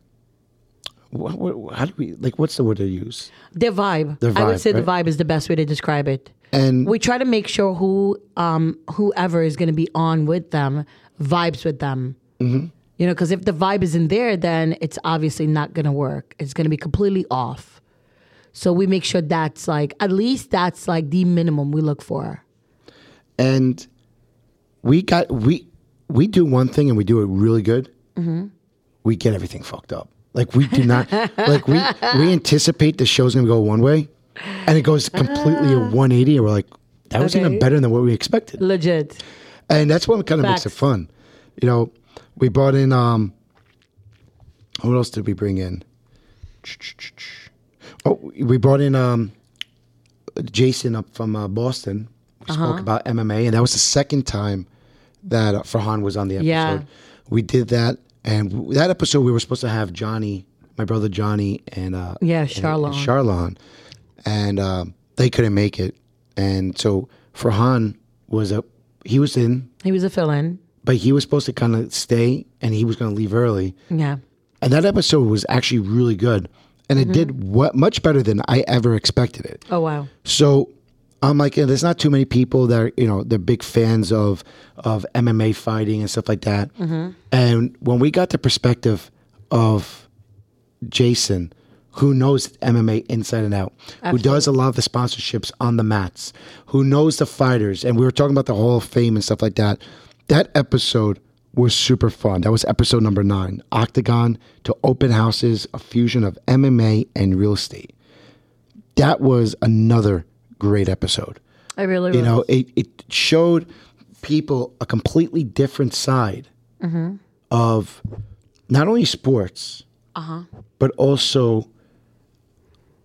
Speaker 1: What, what, how do we like? What's the word to use?
Speaker 3: Their vibe.
Speaker 1: Their
Speaker 3: I would
Speaker 1: vibe,
Speaker 3: say the
Speaker 1: right?
Speaker 3: vibe is the best way to describe it.
Speaker 1: And
Speaker 3: we try to make sure who um whoever is going to be on with them vibes with them
Speaker 1: Mm-hmm.
Speaker 3: you know because if the vibe isn't there then it's obviously not going to work it's going to be completely off so we make sure that's like at least that's like the minimum we look for
Speaker 1: and we got we we do one thing and we do it really good we get everything fucked up like we do not [LAUGHS] like we we anticipate the show's gonna go one way and it goes completely a 180 and we're like that was even
Speaker 3: Okay.
Speaker 1: better than what we expected
Speaker 3: legit
Speaker 1: and that's what kind of makes it
Speaker 3: Facts.
Speaker 1: fun you know we brought in um who else did we bring in oh we brought in um jason up from uh, boston we
Speaker 3: Uh-huh.
Speaker 1: spoke about mma and that was the second time that uh, farhan was on the episode
Speaker 3: Yeah.
Speaker 1: we did that and w- that episode we were supposed to have johnny my brother johnny and uh
Speaker 3: Yeah,
Speaker 1: and-
Speaker 3: Charlon.
Speaker 1: and Charlon, and um, they couldn't make it, and so Farhan was a he was in,
Speaker 3: he was a fill-in
Speaker 1: but he was supposed to kind of stay, and he was going to leave early,
Speaker 3: yeah
Speaker 1: and that episode was actually really good, and
Speaker 3: Mm-hmm.
Speaker 1: it did what much better than I ever expected it.
Speaker 3: oh wow
Speaker 1: So I'm like, yeah, there's not too many people that are, you know, they're big fans of of MMA fighting and stuff like that. And when we got the perspective of Jason, who knows MMA inside and out, who does a lot of the sponsorships on the mats, who knows the fighters, and we were talking about the Hall of Fame and stuff like that. That episode was super fun. That was episode number nine, Octagon to Open Houses, a fusion of MMA and real estate that was another great episode.
Speaker 3: i really
Speaker 1: You know, it, it showed people a completely different side of not only sports, but also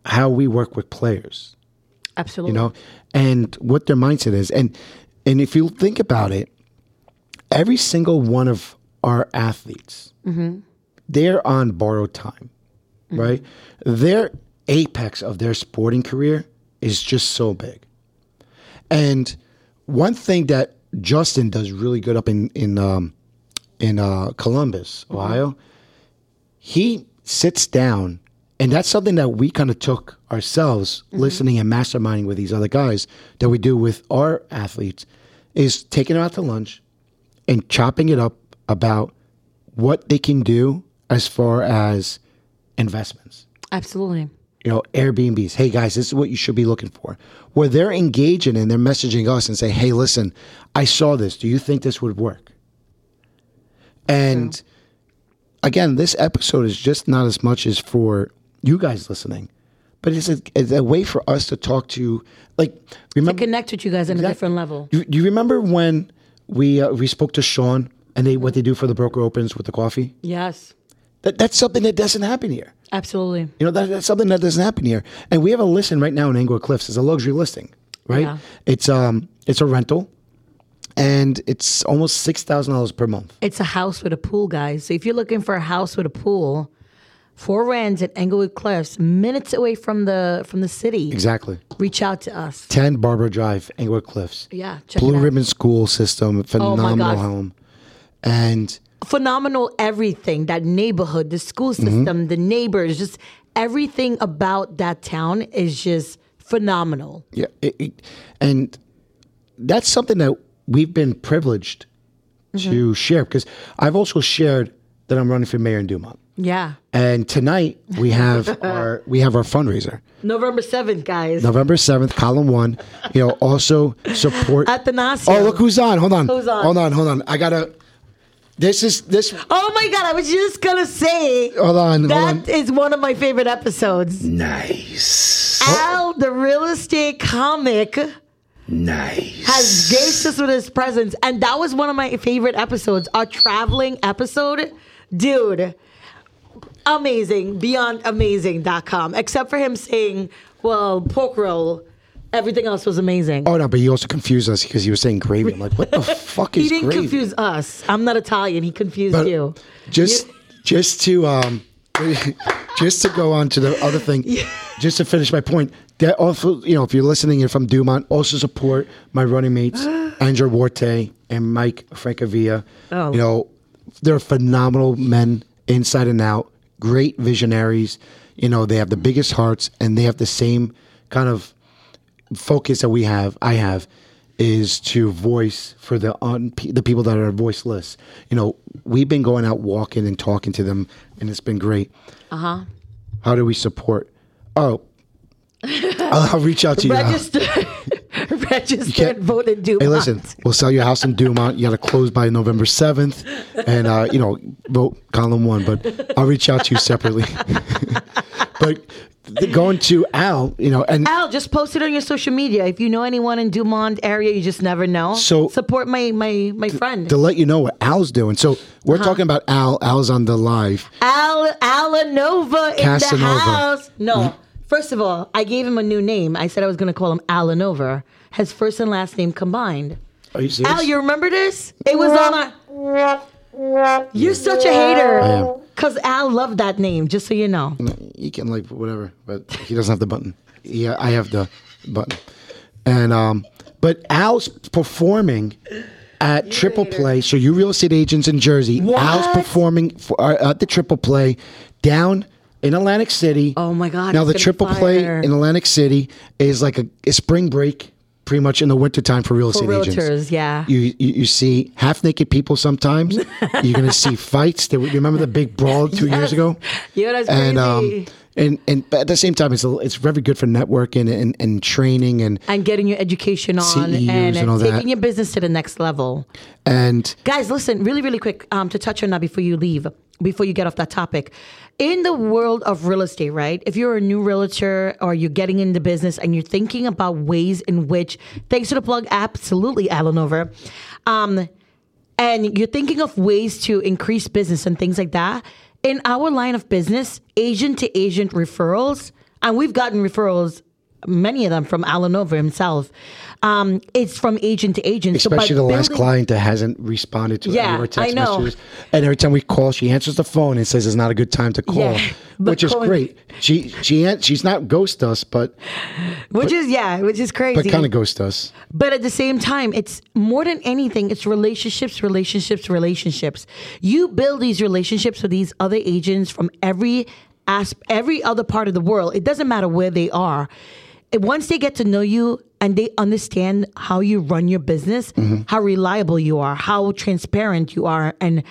Speaker 1: how we work with players,
Speaker 3: absolutely
Speaker 1: you know, and what their mindset is. And and if you think about it, every single one of our athletes, they're on borrowed time, right? Their apex of their sporting career is just so big. And one thing that Justin does really good up in in um, in uh, Columbus, Ohio, he sits down, and that's something that we kind of took ourselves, listening and masterminding with these other guys that we do with our athletes, is taking them out to lunch and chopping it up about what they can do as far as investments
Speaker 3: absolutely
Speaker 1: you know, Airbnbs. Hey guys, this is what you should be looking for. Where they're engaging and they're messaging us and say, "Hey, listen, I saw this. Do you think this would work?" And again, this episode is just not as much as for you guys listening, but it's a, it's a way for us to talk to, like, remember
Speaker 3: connect with you guys on a different level
Speaker 1: you, you remember when we uh, we spoke to Sean and they what they do for the broker opens with the coffee?
Speaker 3: yes
Speaker 1: That that's something that doesn't happen here.
Speaker 3: absolutely
Speaker 1: You know, that, that's something that doesn't happen here. And we have a listing right now in Anglo Cliffs. It's a luxury listing, right?
Speaker 3: Yeah.
Speaker 1: It's um, it's a rental, and it's almost six thousand dollars per month.
Speaker 3: It's a house with a pool, guys. So if you're looking for a house with a pool, Four Wrens at Englewood Cliffs, minutes away from the from the city.
Speaker 1: Exactly.
Speaker 3: Reach out to us.
Speaker 1: 10 Barbara Drive, Englewood Cliffs.
Speaker 3: Yeah, check it
Speaker 1: Blue
Speaker 3: out. Oh
Speaker 1: Ribbon School System, phenomenal
Speaker 3: God.
Speaker 1: home. And
Speaker 3: phenomenal everything that neighborhood the school
Speaker 1: Mm-hmm.
Speaker 3: system the neighbors just everything about that town is just phenomenal
Speaker 1: yeah, it, it, and that's something that we've been privileged
Speaker 3: Mm-hmm.
Speaker 1: to share because I've also shared that I'm running for mayor in Dumont.
Speaker 3: yeah
Speaker 1: And tonight we have
Speaker 3: [LAUGHS]
Speaker 1: our we have our fundraiser.
Speaker 3: november 7th guys
Speaker 1: November 7th, column 1. You know, also support
Speaker 3: at the Nasio.
Speaker 1: Oh, look who's on. Hold on.
Speaker 3: Who's on?
Speaker 1: Hold on, hold on. I got to This is this
Speaker 3: oh my god i was just gonna say
Speaker 1: Hold on, Oh, hold
Speaker 3: that is one of my favorite episodes
Speaker 1: Nice.
Speaker 3: al the real estate comic
Speaker 1: Nice.
Speaker 3: has graced us with his presence. And that was one of my favorite episodes, our traveling episode. Dude, amazing, beyondamazing.com. Except for him saying, well, pork roll, everything else was amazing.
Speaker 1: Oh no, but he also confused us because he was saying gravy. I'm like, what
Speaker 3: [LAUGHS]
Speaker 1: the fuck is
Speaker 3: he didn't
Speaker 1: gravy?
Speaker 3: confuse us. I'm not Italian. He confused
Speaker 1: But [LAUGHS]
Speaker 3: you.
Speaker 1: Just just to um [LAUGHS] just to go on to the other thing. Just to finish my point, that also you know, if you're listening and from Dumont, also support my running
Speaker 3: [GASPS]
Speaker 1: mates, Andrew Warte and Mike Francavilla.
Speaker 3: Oh.
Speaker 1: You know, they're phenomenal men inside and out, great visionaries. You know, they have the biggest hearts and they have the same kind of focus that we have, I have, is to voice for the un- the people that are voiceless. You know, we've been going out walking and talking to them, and it's been great. Uh
Speaker 3: Uh-huh.
Speaker 1: How do we support? Oh, [LAUGHS] I'll, I'll reach out to you. [LAUGHS]
Speaker 3: Register, [LAUGHS] register,
Speaker 1: can't-
Speaker 3: and vote in Dumont.
Speaker 1: Hey, listen, we'll sell your house in Dumont. You got to close by November seventh, and uh, you know, vote column one. But I'll reach out to you separately. [LAUGHS] but th- going to Al, you know, and
Speaker 3: Al, just post it on your social media. If you know anyone in Dumont area, you just never know.
Speaker 1: So-
Speaker 3: support my my my friend.
Speaker 1: to let you know what Al's doing. So we're talking about Al. Al's on the live.
Speaker 3: Al Alanova in
Speaker 1: Casanova. Mm.
Speaker 3: the house. No. First of all, I gave him a new name. I said I was going to call him Alanova. His first and last name combined.
Speaker 1: Are you serious?
Speaker 3: Al, you remember this? It was on our. You're such a hater.
Speaker 1: I am.
Speaker 3: Cause Al loved that name. Just so you know.
Speaker 1: he can like whatever, but he doesn't have the button. Yeah, I have the button. And um, but Al's performing at Triple Play. So you real estate agents in Jersey, Al's
Speaker 3: What?
Speaker 1: performing for, uh, at the Triple Play down in Atlantic City.
Speaker 3: Oh my God,
Speaker 1: Now
Speaker 3: it's
Speaker 1: the
Speaker 3: gonna
Speaker 1: Triple
Speaker 3: be
Speaker 1: Play
Speaker 3: fire.
Speaker 1: in Atlantic City is like a, a spring break. Pretty much in the wintertime for real estate agents.
Speaker 3: realtors, yeah.
Speaker 1: You, you you see half naked people
Speaker 3: [LAUGHS]
Speaker 1: sometimes. You're gonna see fights. There, were- you remember the big brawl two years ago?
Speaker 3: [LAUGHS] Yeah, that's
Speaker 1: and um,
Speaker 3: crazy.
Speaker 1: and and but at the same time, it's a, it's very good for networking and, and training and
Speaker 3: And getting your education on
Speaker 1: CEUs
Speaker 3: and,
Speaker 1: E and all
Speaker 3: taking
Speaker 1: that.
Speaker 3: your business to the next level.
Speaker 1: and
Speaker 3: Guys, listen, really, really quick um, to touch on that before you leave, before you get off that topic. In the world of real estate, right? If you're a new realtor or you're getting into business and you're thinking about ways in which, thanks to the plug, absolutely, Alan Over, um, and you're thinking of ways to increase business and things like that. In our line of business, agent to agent referrals, and we've gotten referrals, many of them from Alan Over himself. Um, it's from agent to agent. So by
Speaker 1: especially the last
Speaker 3: building-
Speaker 1: client that hasn't responded to any
Speaker 3: Yeah,
Speaker 1: of our text
Speaker 3: I know.
Speaker 1: messages. And every time we call, she answers the phone and says it's not a good time to call,
Speaker 3: Yeah, [LAUGHS] but
Speaker 1: which is
Speaker 3: calling-
Speaker 1: great. She she an- she's not ghost us, but
Speaker 3: which is yeah, which is crazy.
Speaker 1: but kind of ghost us.
Speaker 3: But at the same time, it's more than anything, it's relationships, relationships, relationships. You build these relationships with these other agents from every asp- every other part of the world. It doesn't matter where they are. And Once they get to know you and they understand how you run your business, how reliable you are, how transparent you are, and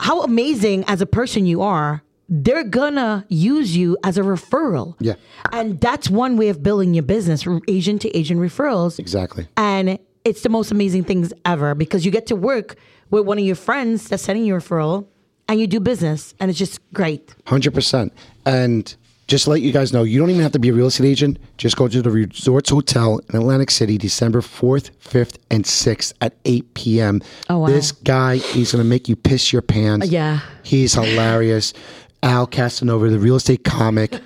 Speaker 3: how amazing as a person you are, they're gonna use you as a referral.
Speaker 1: Yeah.
Speaker 3: And that's one way of building your business, r- agent to agent referrals.
Speaker 1: Exactly.
Speaker 3: And it's the most amazing things ever because you get to work with one of your friends that's sending you a referral and you do business and it's just great.
Speaker 1: Hundred percent. And just to let you guys know, you don't even have to be a real estate agent. Just go to the Resorts Hotel in Atlantic City, December fourth, fifth, and sixth at eight p.m.
Speaker 3: Oh, wow.
Speaker 1: This guy, he's gonna make you piss your pants.
Speaker 3: Yeah.
Speaker 1: he's hilarious. Al Castanova, the real estate
Speaker 3: [LAUGHS]
Speaker 1: comic.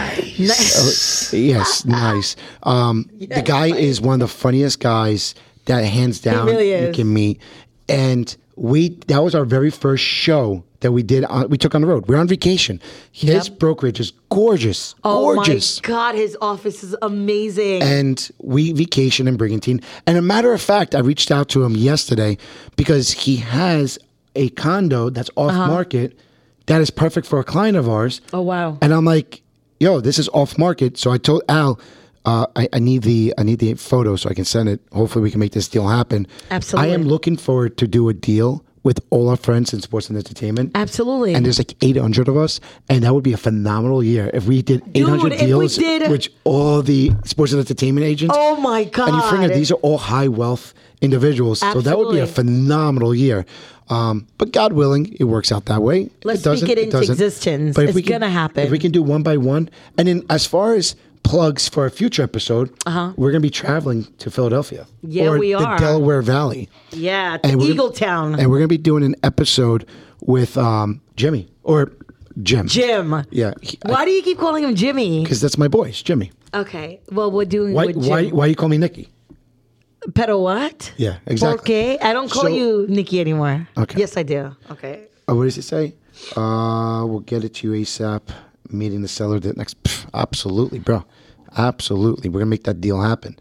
Speaker 1: nice. yes, nice. Um, the guy is one of the funniest guys that hands down
Speaker 3: really
Speaker 1: you
Speaker 3: is.
Speaker 1: can meet. And we that was our very first show that we did on we took on the road. We are on vacation. His brokerage is gorgeous.
Speaker 3: Oh
Speaker 1: gorgeous.
Speaker 3: my God, his office is amazing.
Speaker 1: And we vacation in Brigantine. And a matter of fact, I reached out to him yesterday because he has a condo that's off market that is perfect for a client of ours.
Speaker 3: Uh-huh. Oh, wow.
Speaker 1: And I'm like, yo, this is off market. So I told Al, uh, I, I need the I need the photo so I can send it. Hopefully we can make this deal happen. I
Speaker 3: Absolutely.
Speaker 1: am looking forward to do a deal with all our friends in sports and entertainment.
Speaker 3: Absolutely.
Speaker 1: And there's like 800 of us, and that would be a phenomenal year if we did 800
Speaker 3: if we
Speaker 1: deals,
Speaker 3: did-
Speaker 1: which all the sports and entertainment agents.
Speaker 3: Oh my God.
Speaker 1: And you figure these are all high wealth individuals, so that would be a
Speaker 3: Absolutely.
Speaker 1: phenomenal year. Um, but God willing, it works out that way.
Speaker 3: Let's
Speaker 1: it doesn't,
Speaker 3: speak it into
Speaker 1: doesn't.
Speaker 3: existence.
Speaker 1: But if
Speaker 3: It's
Speaker 1: we can-
Speaker 3: gonna happen.
Speaker 1: If we can do one by one, and then as far as plugs for a future episode, uh-huh. we're gonna be traveling to Philadelphia.
Speaker 3: Yeah,
Speaker 1: or
Speaker 3: we
Speaker 1: the
Speaker 3: are.
Speaker 1: Delaware Valley.
Speaker 3: yeah,
Speaker 1: And we're-
Speaker 3: Eagle Town.
Speaker 1: And we're gonna be doing an episode with um, Jimmy or Jim.
Speaker 3: Jim.
Speaker 1: Yeah,
Speaker 3: Why do you keep calling him Jimmy?
Speaker 1: because that's my boy. It's Jimmy.
Speaker 3: Okay. Well, we're doing
Speaker 1: Why?
Speaker 3: with
Speaker 1: Why?
Speaker 3: Jim.
Speaker 1: Why you call me Nikki?
Speaker 3: Pero what?
Speaker 1: Yeah, exactly.
Speaker 3: Okay. I don't call
Speaker 1: So-
Speaker 3: you Nikki anymore.
Speaker 1: Okay.
Speaker 3: Yes, I do. Okay.
Speaker 1: Oh, what does it say? Uh, we'll get it to you ASAP. Meeting the seller the next. Pff, absolutely, bro. Absolutely, we're gonna make that deal happen.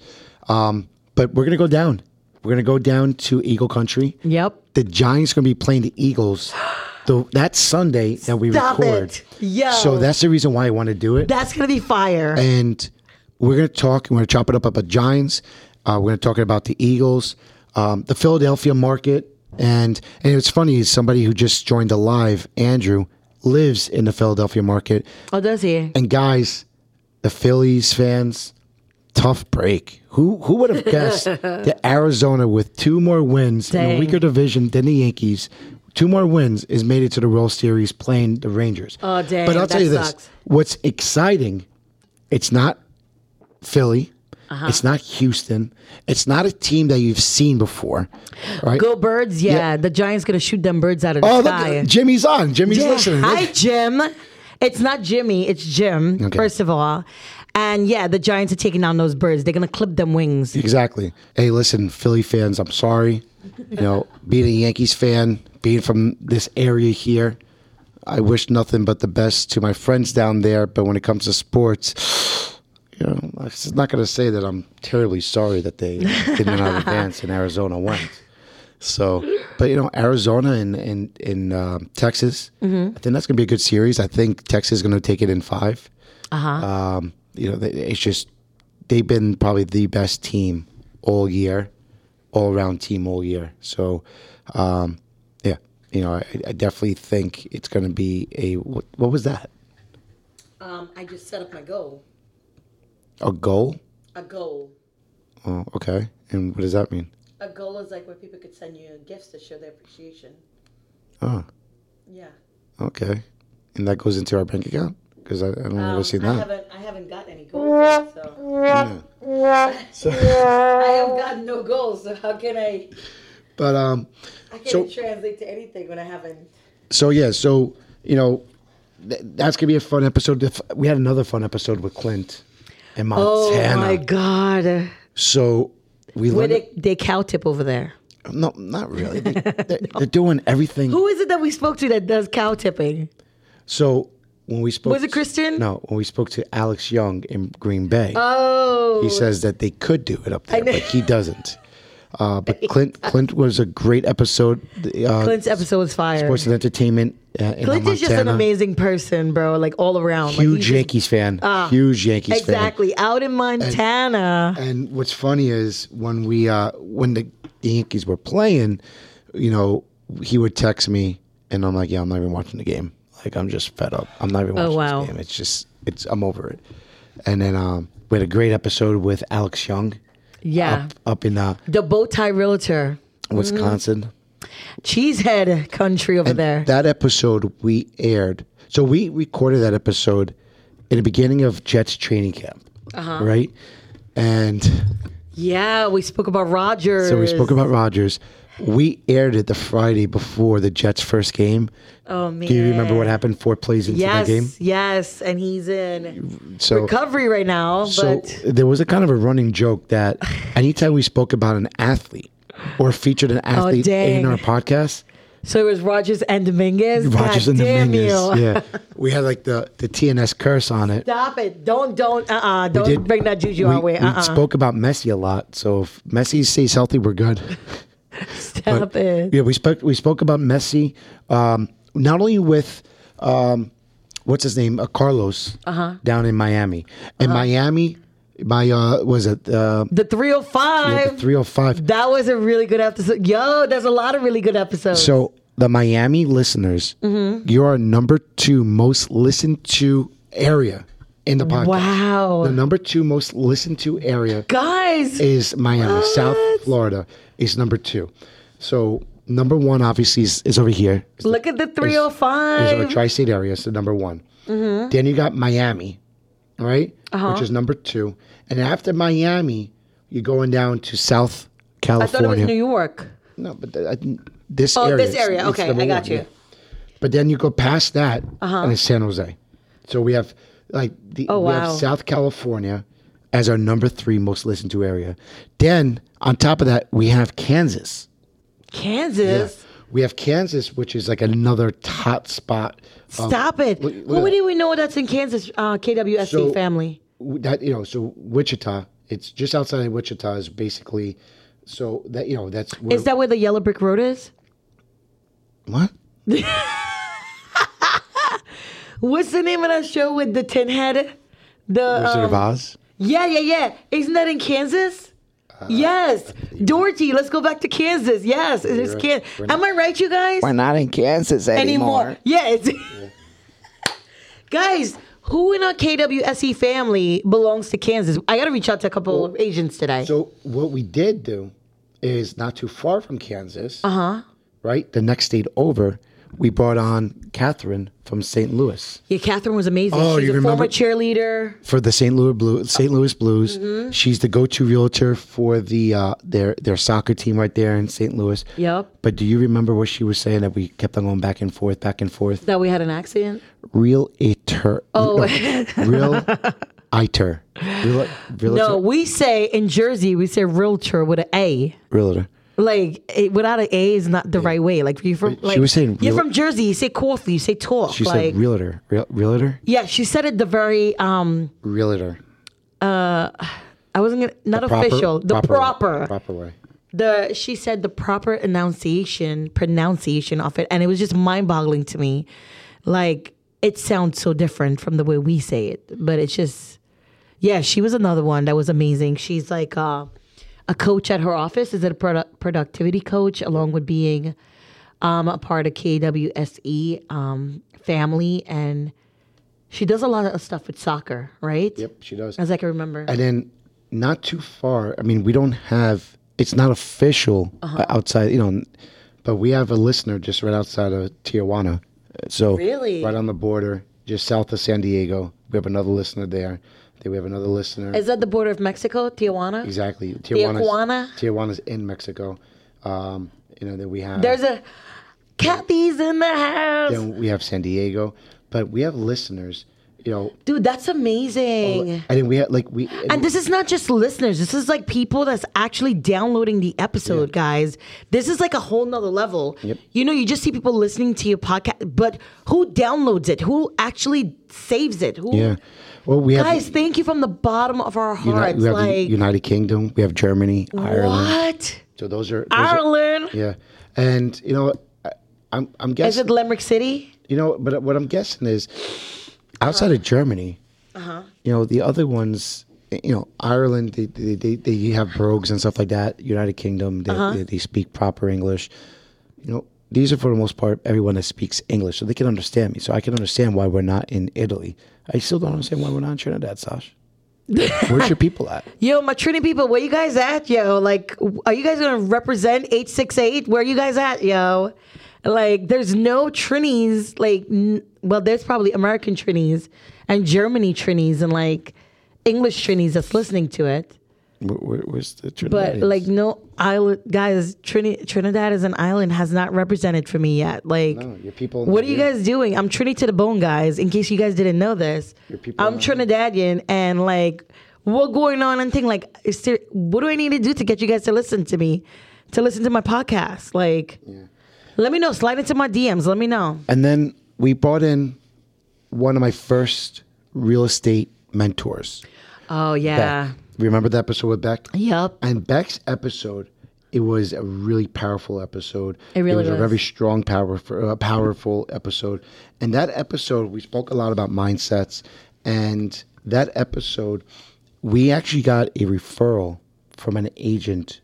Speaker 1: Um, but we're gonna go down. We're gonna go down to Eagle Country.
Speaker 3: Yep.
Speaker 1: The Giants gonna be playing the Eagles. The, that Sunday that we
Speaker 3: Stop
Speaker 1: record.
Speaker 3: it. Yo.
Speaker 1: So that's the reason why I want to do it.
Speaker 3: That's gonna be fire.
Speaker 1: and we're going to talk. We're going to chop it up about Giants. Uh, we're going to talk about the Eagles, um, the Philadelphia market, and and it's funny. is Somebody who just joined the live, Andrew, lives in the Philadelphia market.
Speaker 3: oh, does he?
Speaker 1: And guys, the Phillies fans, tough break. Who who would have
Speaker 3: [LAUGHS]
Speaker 1: guessed that Arizona with two more wins in a
Speaker 3: Dang.
Speaker 1: weaker division than the Yankees, two more wins is made it to the World Series playing the Rangers.
Speaker 3: Oh, dang,
Speaker 1: But I'll tell
Speaker 3: that
Speaker 1: you this:
Speaker 3: sucks.
Speaker 1: what's exciting, it's not Philly.
Speaker 3: Uh-huh.
Speaker 1: It's not Houston. It's not a team that you've seen before, right?
Speaker 3: Go birds, yeah. The Giants gonna shoot them birds out of the
Speaker 1: oh,
Speaker 3: sky.
Speaker 1: look, Jimmy's on. Jimmy's
Speaker 3: Yeah.
Speaker 1: listening. Look.
Speaker 3: Hi, Jim. It's not Jimmy, it's Jim,
Speaker 1: Okay.
Speaker 3: first of all. And yeah, the Giants are taking down those birds. They're gonna clip them wings.
Speaker 1: Exactly. Hey, listen, Philly fans, I'm sorry. You know, being a Yankees fan, being from this area here, I wish nothing but the best to my friends down there. But when it comes to sports, you know, I'm just not going to say that I'm terribly sorry that they did not advance and Arizona went. So, but you know, Arizona and and in uh, Texas, I think that's going to be a good series. I think Texas is going to take it in five.
Speaker 3: Uh-huh.
Speaker 1: Um, you know, they- it's just they've been probably the best team all year, all around team all year. So, um, yeah, you know, I, I definitely think it's going to be a what, what was that?
Speaker 3: Um, I just set up my goal.
Speaker 1: A goal?
Speaker 3: A goal.
Speaker 1: Oh, okay. And what does that mean?
Speaker 3: A goal is like where people could send you gifts to show their appreciation.
Speaker 1: Oh,
Speaker 3: Yeah.
Speaker 1: okay. And that goes into our bank account because I, I don't ever see that.
Speaker 3: haven't Oh, Um, I haven't got any goals yet, so [LAUGHS] I have got no goals, so how can I
Speaker 1: But um,
Speaker 3: I can't
Speaker 1: So-
Speaker 3: translate to anything when I haven't
Speaker 1: so yeah, so you know, th- that's gonna be a fun episode. If- We had another fun episode with Clint in
Speaker 3: Oh
Speaker 1: Montana.
Speaker 3: my god.
Speaker 1: So we
Speaker 3: Where
Speaker 1: learned.
Speaker 3: they they cow tip over there.
Speaker 1: no, not really.
Speaker 3: [LAUGHS]
Speaker 1: They, are they're doing everything.
Speaker 3: Who is it that we spoke to that does cow tipping?
Speaker 1: So when we spoke,
Speaker 3: Was it Christian?
Speaker 1: No, when we spoke to Alex Young in Green Bay,
Speaker 3: Oh
Speaker 1: he says that they could do it up there, but he doesn't. Uh,
Speaker 3: [LAUGHS]
Speaker 1: but Clint, Clint was a great episode. the, Uh,
Speaker 3: Clint's episode was fire.
Speaker 1: Sports and Entertainment uh, in
Speaker 3: Clint is just an
Speaker 1: Montana.
Speaker 3: amazing person, bro. Like all around. Like,
Speaker 1: Huge
Speaker 3: he's just-
Speaker 1: Yankees fan. huge Yankees fan.
Speaker 3: Exactly. Out in Montana.
Speaker 1: And what's funny is when we uh, when the, the Yankees were playing, you know, he would text me, and I'm like, "Yeah, I'm not even watching the game. Like, I'm just fed up. I'm not even watching
Speaker 3: Oh, wow.
Speaker 1: this game. It's just, it's, I'm over it." And then um, we had a great episode with Alex Young
Speaker 3: Yeah.
Speaker 1: up,
Speaker 3: Ah.
Speaker 1: up in uh,
Speaker 3: The bow tie realtor.
Speaker 1: Wisconsin.
Speaker 3: Cheesehead country over there.
Speaker 1: That episode we aired. So we recorded that episode in the beginning of Jets training camp,
Speaker 3: Uh-huh.
Speaker 1: right? And
Speaker 3: yeah, we spoke about Rogers.
Speaker 1: So we spoke about Rodgers. We aired it the Friday before the Jets' first game.
Speaker 3: Oh man.
Speaker 1: Do you remember what happened four plays into
Speaker 3: Yes,
Speaker 1: the game?
Speaker 3: yes, and he's in
Speaker 1: So,
Speaker 3: recovery right now.
Speaker 1: so
Speaker 3: but [LAUGHS]
Speaker 1: there was a kind of a running joke that anytime we spoke about an athlete, or featured an athlete in
Speaker 3: Oh, dang.
Speaker 1: our podcast.
Speaker 3: So it was Rogers and Dominguez.
Speaker 1: Rogers and
Speaker 3: God damn
Speaker 1: Dominguez.
Speaker 3: you. [LAUGHS]
Speaker 1: Yeah, we had like the the TNS curse on it.
Speaker 3: Stop it! Don't don't uh uh-uh. uh do not
Speaker 1: did-
Speaker 3: bring that juju
Speaker 1: we,
Speaker 3: our way.
Speaker 1: we
Speaker 3: Uh uh
Speaker 1: spoke about Messi a lot, so if Messi stays healthy, we're good. [LAUGHS] But,
Speaker 3: Stop it.
Speaker 1: Yeah, we spoke we spoke about Messi, um, not only with um, what's his name, uh, Carlos, down in Miami, and Miami, my uh, was it uh,
Speaker 3: The 305.
Speaker 1: three hundred five?
Speaker 3: that was a really good episode. Yo, there's a lot of really good episodes.
Speaker 1: So the Miami listeners, you are number two most listened to area in the podcast.
Speaker 3: Wow.
Speaker 1: the number two most listened to area
Speaker 3: Guys,
Speaker 1: is Miami, South Florida is number two. So number one obviously is, is over here. Is
Speaker 3: look at the
Speaker 1: our
Speaker 3: 305.
Speaker 1: tri-state area. It's the number one.
Speaker 3: Mm-hmm.
Speaker 1: Then you got Miami, all right,
Speaker 3: Uh-huh.
Speaker 1: which is number two. And after Miami, you're going down to South
Speaker 3: I
Speaker 1: California.
Speaker 3: thought it was New York.
Speaker 1: No, but th- I, think this
Speaker 3: Oh,
Speaker 1: area.
Speaker 3: this
Speaker 1: it's-
Speaker 3: area.
Speaker 1: it's
Speaker 3: Okay,
Speaker 1: number
Speaker 3: I got
Speaker 1: one,
Speaker 3: you. Uh-huh.
Speaker 1: yeah. But then you go past that, and it's San Jose. So we have like the
Speaker 3: Oh,
Speaker 1: we
Speaker 3: wow.
Speaker 1: have South California as our number three most listened to area. Then on top of that, we have Kansas.
Speaker 3: Kansas.
Speaker 1: We have Kansas, which is like another hot spot. of-
Speaker 3: Stop it.
Speaker 1: look- look
Speaker 3: well,
Speaker 1: at
Speaker 3: what
Speaker 1: that.
Speaker 3: do we know that's in Kansas? Uh, KWSC
Speaker 1: So-
Speaker 3: family.
Speaker 1: w- that you know, so Wichita. It's just outside of Wichita is basically. So that you know, that's where,
Speaker 3: Is that where the yellow brick road is?
Speaker 1: what?
Speaker 3: What's the name of that show with the tin head? The
Speaker 1: Wizard
Speaker 3: um,
Speaker 1: of Oz.
Speaker 3: yeah, yeah, yeah. Isn't that in Kansas?
Speaker 1: Uh,
Speaker 3: yes, Dorothy. Let's go back to Kansas. Yes, it is
Speaker 1: right.
Speaker 3: Kansas.
Speaker 1: We're
Speaker 3: Am I right, you guys?
Speaker 4: We're not in Kansas anymore.
Speaker 3: anymore. Yeah, it's [LAUGHS] guys. Who in our KWSE E family belongs to Kansas? I got to reach out to a couple of agents today.
Speaker 1: So what we did do is not too far from Kansas. Uh huh. Right, the next state over, we brought on Catherine from St. Louis
Speaker 3: yeah, Catherine was amazing.
Speaker 1: Oh,
Speaker 3: She's
Speaker 1: you
Speaker 3: a former
Speaker 1: remember-
Speaker 3: cheerleader.
Speaker 1: for the St. Louis Blues. St. Louis Blues. She's the go-to realtor for the uh, their their soccer team right there in St. Louis.
Speaker 3: Yep.
Speaker 1: But do you remember what she was saying that we kept on going back and forth, back and forth?
Speaker 3: That we had an accident.
Speaker 1: Real iter.
Speaker 3: Oh. [LAUGHS]
Speaker 1: real iter. Real, realtor.
Speaker 3: No, we say in Jersey we say realtor with an A.
Speaker 1: Realtor.
Speaker 3: Like it, without an A is not the right way. Like you from
Speaker 1: She
Speaker 3: like
Speaker 1: was saying
Speaker 3: you're
Speaker 1: real-
Speaker 3: from Jersey. You say coffee. You say talk.
Speaker 1: She
Speaker 3: like
Speaker 1: said realtor. Real, realtor.
Speaker 3: yeah, she said it the very um.
Speaker 1: Realtor.
Speaker 3: I wasn't gonna not
Speaker 1: Proper-
Speaker 3: official. The
Speaker 1: proper way.
Speaker 3: proper.
Speaker 1: Proper way.
Speaker 3: the she said the proper enunciation pronunciation of it and it was just mind-boggling to me like it sounds so different from the way we say it but it's just yeah she was another one that was amazing she's like uh, a coach at her office is it a produ- productivity coach along with being um, a part of kwse um, family and she does a lot of stuff with soccer right
Speaker 1: Yep, she does.
Speaker 3: as i can remember
Speaker 1: and then not too far. I mean, we don't have. It's not official
Speaker 3: Uh-huh.
Speaker 1: uh, outside, you know, but we have a listener just right outside of Tijuana. So
Speaker 3: Really?
Speaker 1: right on the border, just south of San Diego. We have another listener there. Then we have another listener.
Speaker 3: is that the border of mexico tijuana
Speaker 1: exactly. Tijuana's,
Speaker 3: Tijuana?
Speaker 1: Tijuana's in Mexico. Um, you know, then we have.
Speaker 3: There's a Kathy's in the house.
Speaker 1: then we have San Diego, but we have listeners. You know,
Speaker 3: Dude, that's amazing.
Speaker 1: and then we have like we.
Speaker 3: And this is not just listeners. This is like people that's actually downloading the episode, guys. This is like a whole nother level.
Speaker 1: Yep.
Speaker 3: You know, you just see people listening to your podcast, but who downloads it? Who actually saves it? Who
Speaker 1: yeah. Well, we have
Speaker 3: guys, thank you from the bottom of our hearts.
Speaker 1: United, we have the
Speaker 3: like
Speaker 1: United Kingdom. We have Germany, Ireland.
Speaker 3: what?
Speaker 1: So those are those are-
Speaker 3: Ireland.
Speaker 1: yeah, and you know, I, I'm I'm
Speaker 3: Is
Speaker 1: guessing
Speaker 3: it Limerick City?
Speaker 1: you know, but what I'm guessing is outside of Germany,
Speaker 3: Uh-huh.
Speaker 1: you know, the other ones, you know, Ireland, they they, they, they have brogues and stuff like that. United Kingdom, they,
Speaker 3: Uh-huh.
Speaker 1: they, they speak proper English. You know, these are for the most part everyone that speaks English, so they can understand me. So I can understand why we're not in Italy. I still don't understand why we're not in Trinidad,
Speaker 3: [LAUGHS]
Speaker 1: Sash. Where's your people at?
Speaker 3: Yo, my Trinity people, where you guys at, yo? Like, are you guys gonna represent 868? Where you guys at, yo? Like, there's no Trinities, like, n- well, there's probably American Trinities and Germany Trinities and like English Trinities that's listening to it.
Speaker 1: Where, where, where's the Trinidad?
Speaker 3: But like, no island, guys, Trini- Trinidad as an island has not represented for me yet. Like,
Speaker 1: No, your people.
Speaker 3: what are you guys doing? I'm Trinity to the bone, guys. In case you guys didn't know this,
Speaker 1: Your people
Speaker 3: I'm
Speaker 1: know.
Speaker 3: Trinidadian, and like, what going on and thing like, is there, what do I need to do to get you guys to listen to me? to listen to my podcast. Like, let me know. Slide into my DMs. Let me know.
Speaker 1: And then we brought in one of my first real estate mentors.
Speaker 3: Oh yeah.
Speaker 1: Beck. Remember the episode with Beck?
Speaker 3: Yup.
Speaker 1: And Beck's episode, it was a really powerful episode.
Speaker 3: It really
Speaker 1: was, a
Speaker 3: was.
Speaker 1: very strong, powerful, uh, powerful episode. And that episode, we spoke a lot about mindsets. And that episode, we actually got a referral from an agent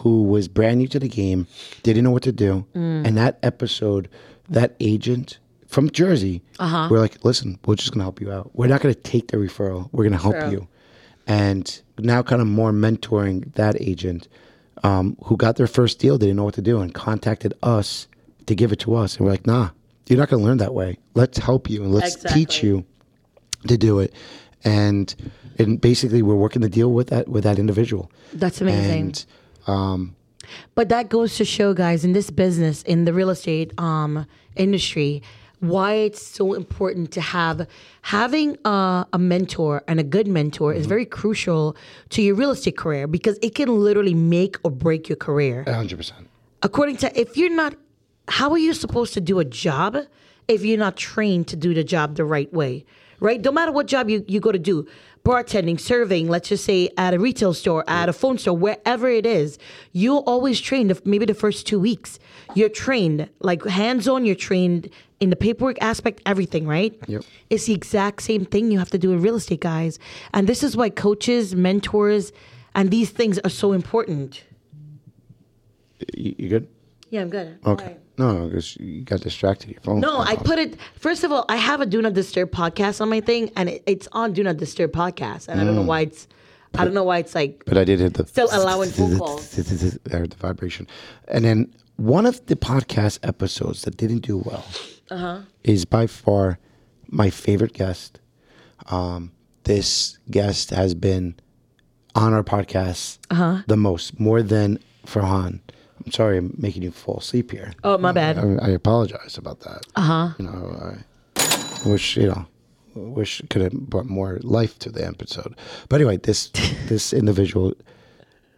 Speaker 1: who was brand new to the game, didn't know what to do.
Speaker 3: Mm.
Speaker 1: And that episode, that agent from Jersey, uh-huh. we're like, listen, we're just going to help you out. We're not going to take the referral. We're going to help you and now kind of more mentoring that agent um, who got their first deal, they didn't know what to do, and contacted us to give it to us. And we're like, nah, you're not going to learn that way. Let's help you and let's teach
Speaker 3: Exactly.
Speaker 1: you to do it. And and basically, we're working the deal with that with that individual.
Speaker 3: That's amazing.
Speaker 1: And um,
Speaker 3: But that goes to show, guys, in this business, in the real estate um, industry, why it's so important to have having a, a mentor and a good mentor is very crucial to your real estate career because it can literally make or break your career.
Speaker 1: 100%.
Speaker 3: According to if you're not, how are you supposed to do a job if you're not trained to do the job the right way? Right? No matter what job you, you go to do, bartending, serving, let's just say at a retail store, at a phone store, wherever it is, you're always trained. if Maybe the first two weeks, you're trained like hands on. You're trained in the paperwork aspect, everything. Right?
Speaker 1: Yep.
Speaker 3: It's the exact same thing you have to do in real estate, guys. And this is why coaches, mentors, and these things are so important.
Speaker 1: You, you good?
Speaker 3: Yeah, I'm good.
Speaker 1: Okay. No, because you got distracted. Your phone.
Speaker 3: No,
Speaker 1: went
Speaker 3: I
Speaker 1: off.
Speaker 3: put it. First of all, I have a Do Not Disturb podcast on my thing, and it, it's on Do Not Disturb podcast, and I
Speaker 1: Mm.
Speaker 3: don't know why it's. I don't know why it's like.
Speaker 1: But I did hit the
Speaker 3: Still allowing
Speaker 1: [LAUGHS]
Speaker 3: phone calls.
Speaker 1: I heard the vibration, and then one of the podcast episodes that didn't do well
Speaker 3: Uh-huh.
Speaker 1: is by far my favorite guest. Um, this guest has been on our podcast
Speaker 3: Uh-huh.
Speaker 1: the most, more than Farhan. I'm sorry, I'm making you fall asleep here.
Speaker 3: Oh my bad.
Speaker 1: I, I apologize about that. Uh
Speaker 3: Uh-huh.
Speaker 1: huh. You know, I wish you know, wish it could have brought more life to the episode. But anyway,
Speaker 3: [LAUGHS]
Speaker 1: this this individual,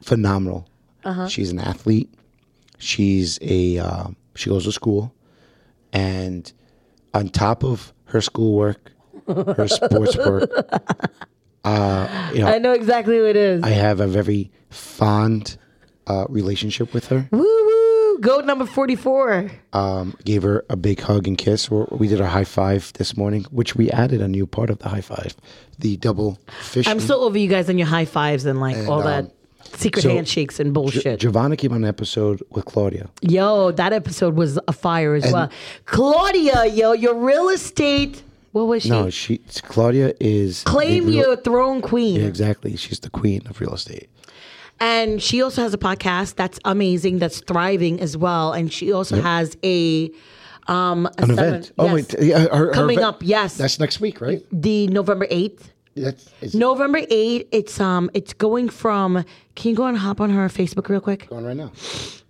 Speaker 1: phenomenal. Uh-huh. She's an athlete. She's a uh, she goes to school, and on top of her schoolwork, her sports
Speaker 3: [LAUGHS]
Speaker 1: work, uh, you know,
Speaker 3: I know exactly what it is.
Speaker 1: I have a very fond uh, relationship with her.
Speaker 3: woo woo! Goat number forty-four.
Speaker 1: um, gave her a big hug and kiss. We're, we did a high five this morning, which we added a new part of the high five, the double fish.
Speaker 3: I'm so over you guys and your high fives and like all
Speaker 1: um,
Speaker 3: that secret
Speaker 1: so-
Speaker 3: handshakes and bullshit.
Speaker 1: Giovanna came on an episode with Claudia.
Speaker 3: yo, that episode was a fire as well. Claudia, yo, your real estate. What was she?
Speaker 1: No, she Claudia is a
Speaker 3: Claim
Speaker 1: real-
Speaker 3: your throne queen.
Speaker 1: exactly. She's the queen of real estate.
Speaker 3: And she also has a podcast that's amazing, that's thriving as well. And she also has a um a
Speaker 1: An
Speaker 3: seven-
Speaker 1: event. Oh
Speaker 3: yes.
Speaker 1: wait, yeah, her- her
Speaker 3: Coming
Speaker 1: event-
Speaker 3: up, yes.
Speaker 1: That's next week, right?
Speaker 3: the November eighth.
Speaker 1: That's is no.
Speaker 3: November eighth, it's um it's going from can you go and hop on her Facebook real quick?
Speaker 1: going right now.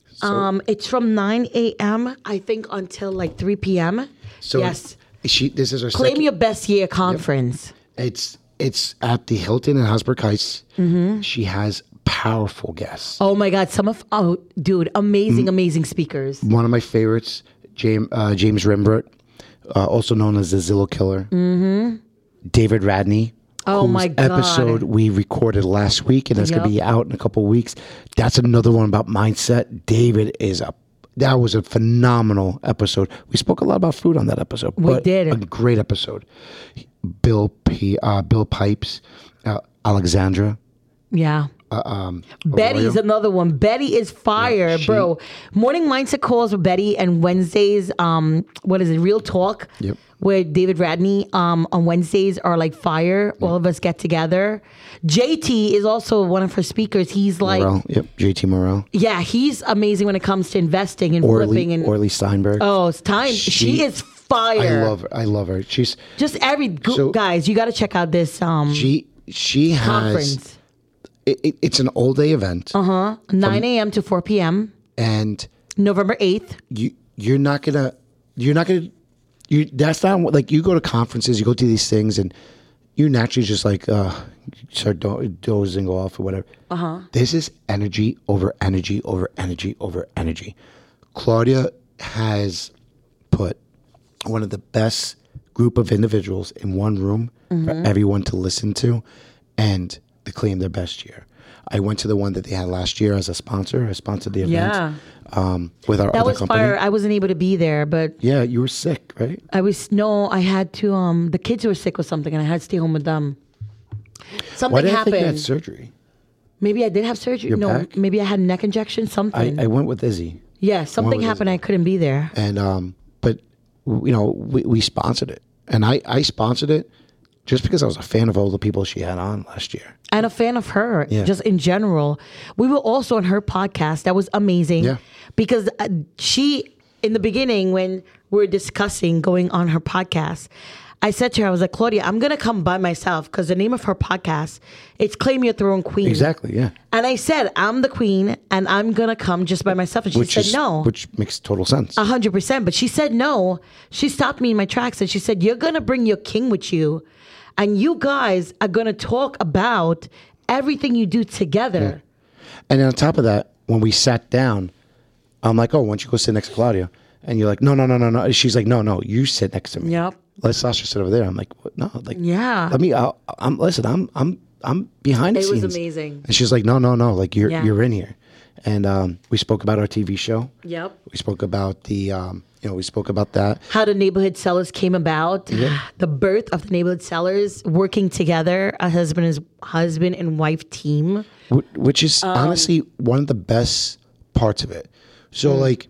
Speaker 1: So,
Speaker 3: Um it's from nine AM I think until like three PM.
Speaker 1: so
Speaker 3: yes.
Speaker 1: She. This is her.
Speaker 3: Claim
Speaker 1: second,
Speaker 3: your best year conference.
Speaker 1: It's it's at the Hilton in Hasbrook Heights.
Speaker 3: Mm-hmm.
Speaker 1: She has powerful guests.
Speaker 3: Oh my god, some of oh dude,
Speaker 1: Mm-hmm.
Speaker 3: amazing, amazing speakers.
Speaker 1: one of my favorites, James uh, James Rembert, uh, also known as the Zillow Killer. Mm-hmm. David Radney.
Speaker 3: Oh,
Speaker 1: whose
Speaker 3: my God.
Speaker 1: Episode we recorded last week, and that's gonna be
Speaker 3: Yep.
Speaker 1: out in a couple weeks. That's another one about mindset. David is a that was a phenomenal episode. We spoke a lot about food on that episode. We
Speaker 3: did.
Speaker 1: a great episode. Bill P, uh, Bill Pipes, uh, Alexandra.
Speaker 3: Yeah.
Speaker 1: Uh, um,
Speaker 3: Betty's another one. Betty is fire, bro. Morning mindset calls with Betty and Wednesdays. Um, what is it? Real talk.
Speaker 1: Yep.
Speaker 3: With David Radney. Um, on Wednesdays are like fire. All of us get together. JT is also one of her speakers. He's like,
Speaker 1: Morel. Yep, JT Morel.
Speaker 3: yeah, he's amazing when it comes to investing and flipping
Speaker 1: Orly,
Speaker 3: and
Speaker 1: Orly Steinberg.
Speaker 3: oh, it's time. She,
Speaker 1: She-
Speaker 3: is fire.
Speaker 1: I love her. I love her. She's
Speaker 3: Just every go-
Speaker 1: So-
Speaker 3: guys, you got to check out this um
Speaker 1: She she has
Speaker 3: conference.
Speaker 1: it, it- it's an all day event,
Speaker 3: Nine a.m. to four p.m.
Speaker 1: and
Speaker 3: November eighth.
Speaker 1: you you're not gonna you're not gonna you that's not what- like you go to conferences, you go to these things, and you naturally just like uh, start do- dozing off or whatever. Uh-huh. This is energy over energy over energy over energy. Claudia has put one of the best group of individuals in one room for everyone to listen to and to claim their best year. I went to the one that they had last year as a sponsor. I sponsored the event
Speaker 3: Yeah.
Speaker 1: um, with our
Speaker 3: That
Speaker 1: other
Speaker 3: was
Speaker 1: company.
Speaker 3: fire. I wasn't able to be there, but
Speaker 1: Yeah, you were sick, right?
Speaker 3: I was no. I had to. Um, the kids were sick with something, and I had to stay home with them.
Speaker 1: Why
Speaker 3: Something
Speaker 1: did I think you had
Speaker 3: happened.
Speaker 1: surgery?
Speaker 3: maybe I did have surgery.
Speaker 1: Your
Speaker 3: no,
Speaker 1: back?
Speaker 3: maybe I had neck injection.
Speaker 1: I,
Speaker 3: Something.
Speaker 1: I went with Izzy,
Speaker 3: yeah, something
Speaker 1: was it?
Speaker 3: happened. I couldn't be there.
Speaker 1: and um, but you know we, we sponsored it, and I I sponsored it just because I was a fan of all the people she had on last year.
Speaker 3: and a fan of her
Speaker 1: Yeah.
Speaker 3: just in general. We were also on her podcast. That was amazing.
Speaker 1: Yeah.
Speaker 3: Because uh, she, in the beginning, when we are discussing going on her podcast, I said to her, I was like, Claudia, I'm going to come by myself because the name of her podcast, it's Claim Your Throne Queen.
Speaker 1: Exactly, yeah.
Speaker 3: And I said, I'm the queen and I'm going to come just by myself. And she
Speaker 1: Which
Speaker 3: said,
Speaker 1: is
Speaker 3: no. Uh-huh.
Speaker 1: which makes total sense.
Speaker 3: A hundred percent. But she said no. She stopped me in my tracks and she said, "You're gonna bring your king with you, and you guys are gonna talk about everything you do together."
Speaker 1: And then on top of that, when we sat down, I'm like, oh, why don't you go sit next to Claudia? And you're like, no, no, no, no, no. She's like, no, no, you sit next to me.
Speaker 3: Yep.
Speaker 1: Let Sasha sit over there. I'm like, what? no, like,
Speaker 3: Yeah.
Speaker 1: Let me. I'll, I'm listen. I'm I'm I'm behind the
Speaker 3: It was
Speaker 1: scenes.
Speaker 3: amazing.
Speaker 1: And she's like, no, no, no, like you're
Speaker 3: Yeah.
Speaker 1: you're in here. And um, we spoke about our TV show.
Speaker 3: Yep.
Speaker 1: We spoke about the um, you know we spoke about that.
Speaker 3: How the neighborhood sellers came about, the birth of the neighborhood sellers working together, a husband is husband and wife team.
Speaker 1: Wh- which is
Speaker 3: Um,
Speaker 1: honestly one of the best parts of it. So
Speaker 3: Mm.
Speaker 1: like,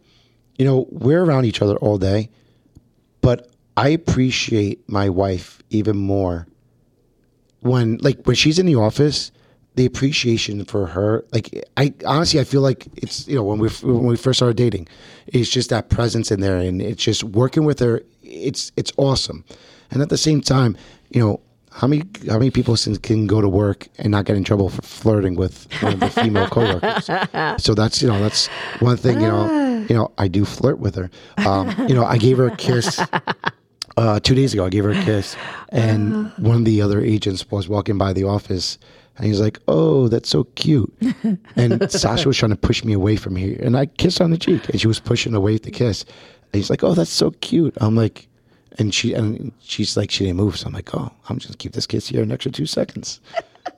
Speaker 1: you know, we're around each other all day, but I appreciate my wife even more when like when she's in the office. The appreciation for her, like I honestly, I feel like it's you know when we when we first started dating, it's just that presence in there, and it's just working with her. It's it's awesome, and at the same time, you know how many how many people sin- can go to work and not get in trouble for flirting with one of the female coworkers. so that's you know that's one thing you
Speaker 3: Ah.
Speaker 1: know you know I do flirt with her. Um, you know I gave her a
Speaker 3: [LAUGHS]
Speaker 1: kiss uh, two days ago, I gave her a kiss,
Speaker 3: Uh.
Speaker 1: and one of the other agents was walking by the office, and he's like, "Oh, that's so cute."
Speaker 3: [LAUGHS]
Speaker 1: And Sasha was trying to push me away from here, and I kissed her on the cheek, and she was pushing away the kiss. And he's like, "Oh, that's so cute." I'm like, and she and she's like, she didn't move, so I'm like, "Oh, I'm just gonna keep this kiss here an extra two
Speaker 3: [LAUGHS]
Speaker 1: seconds."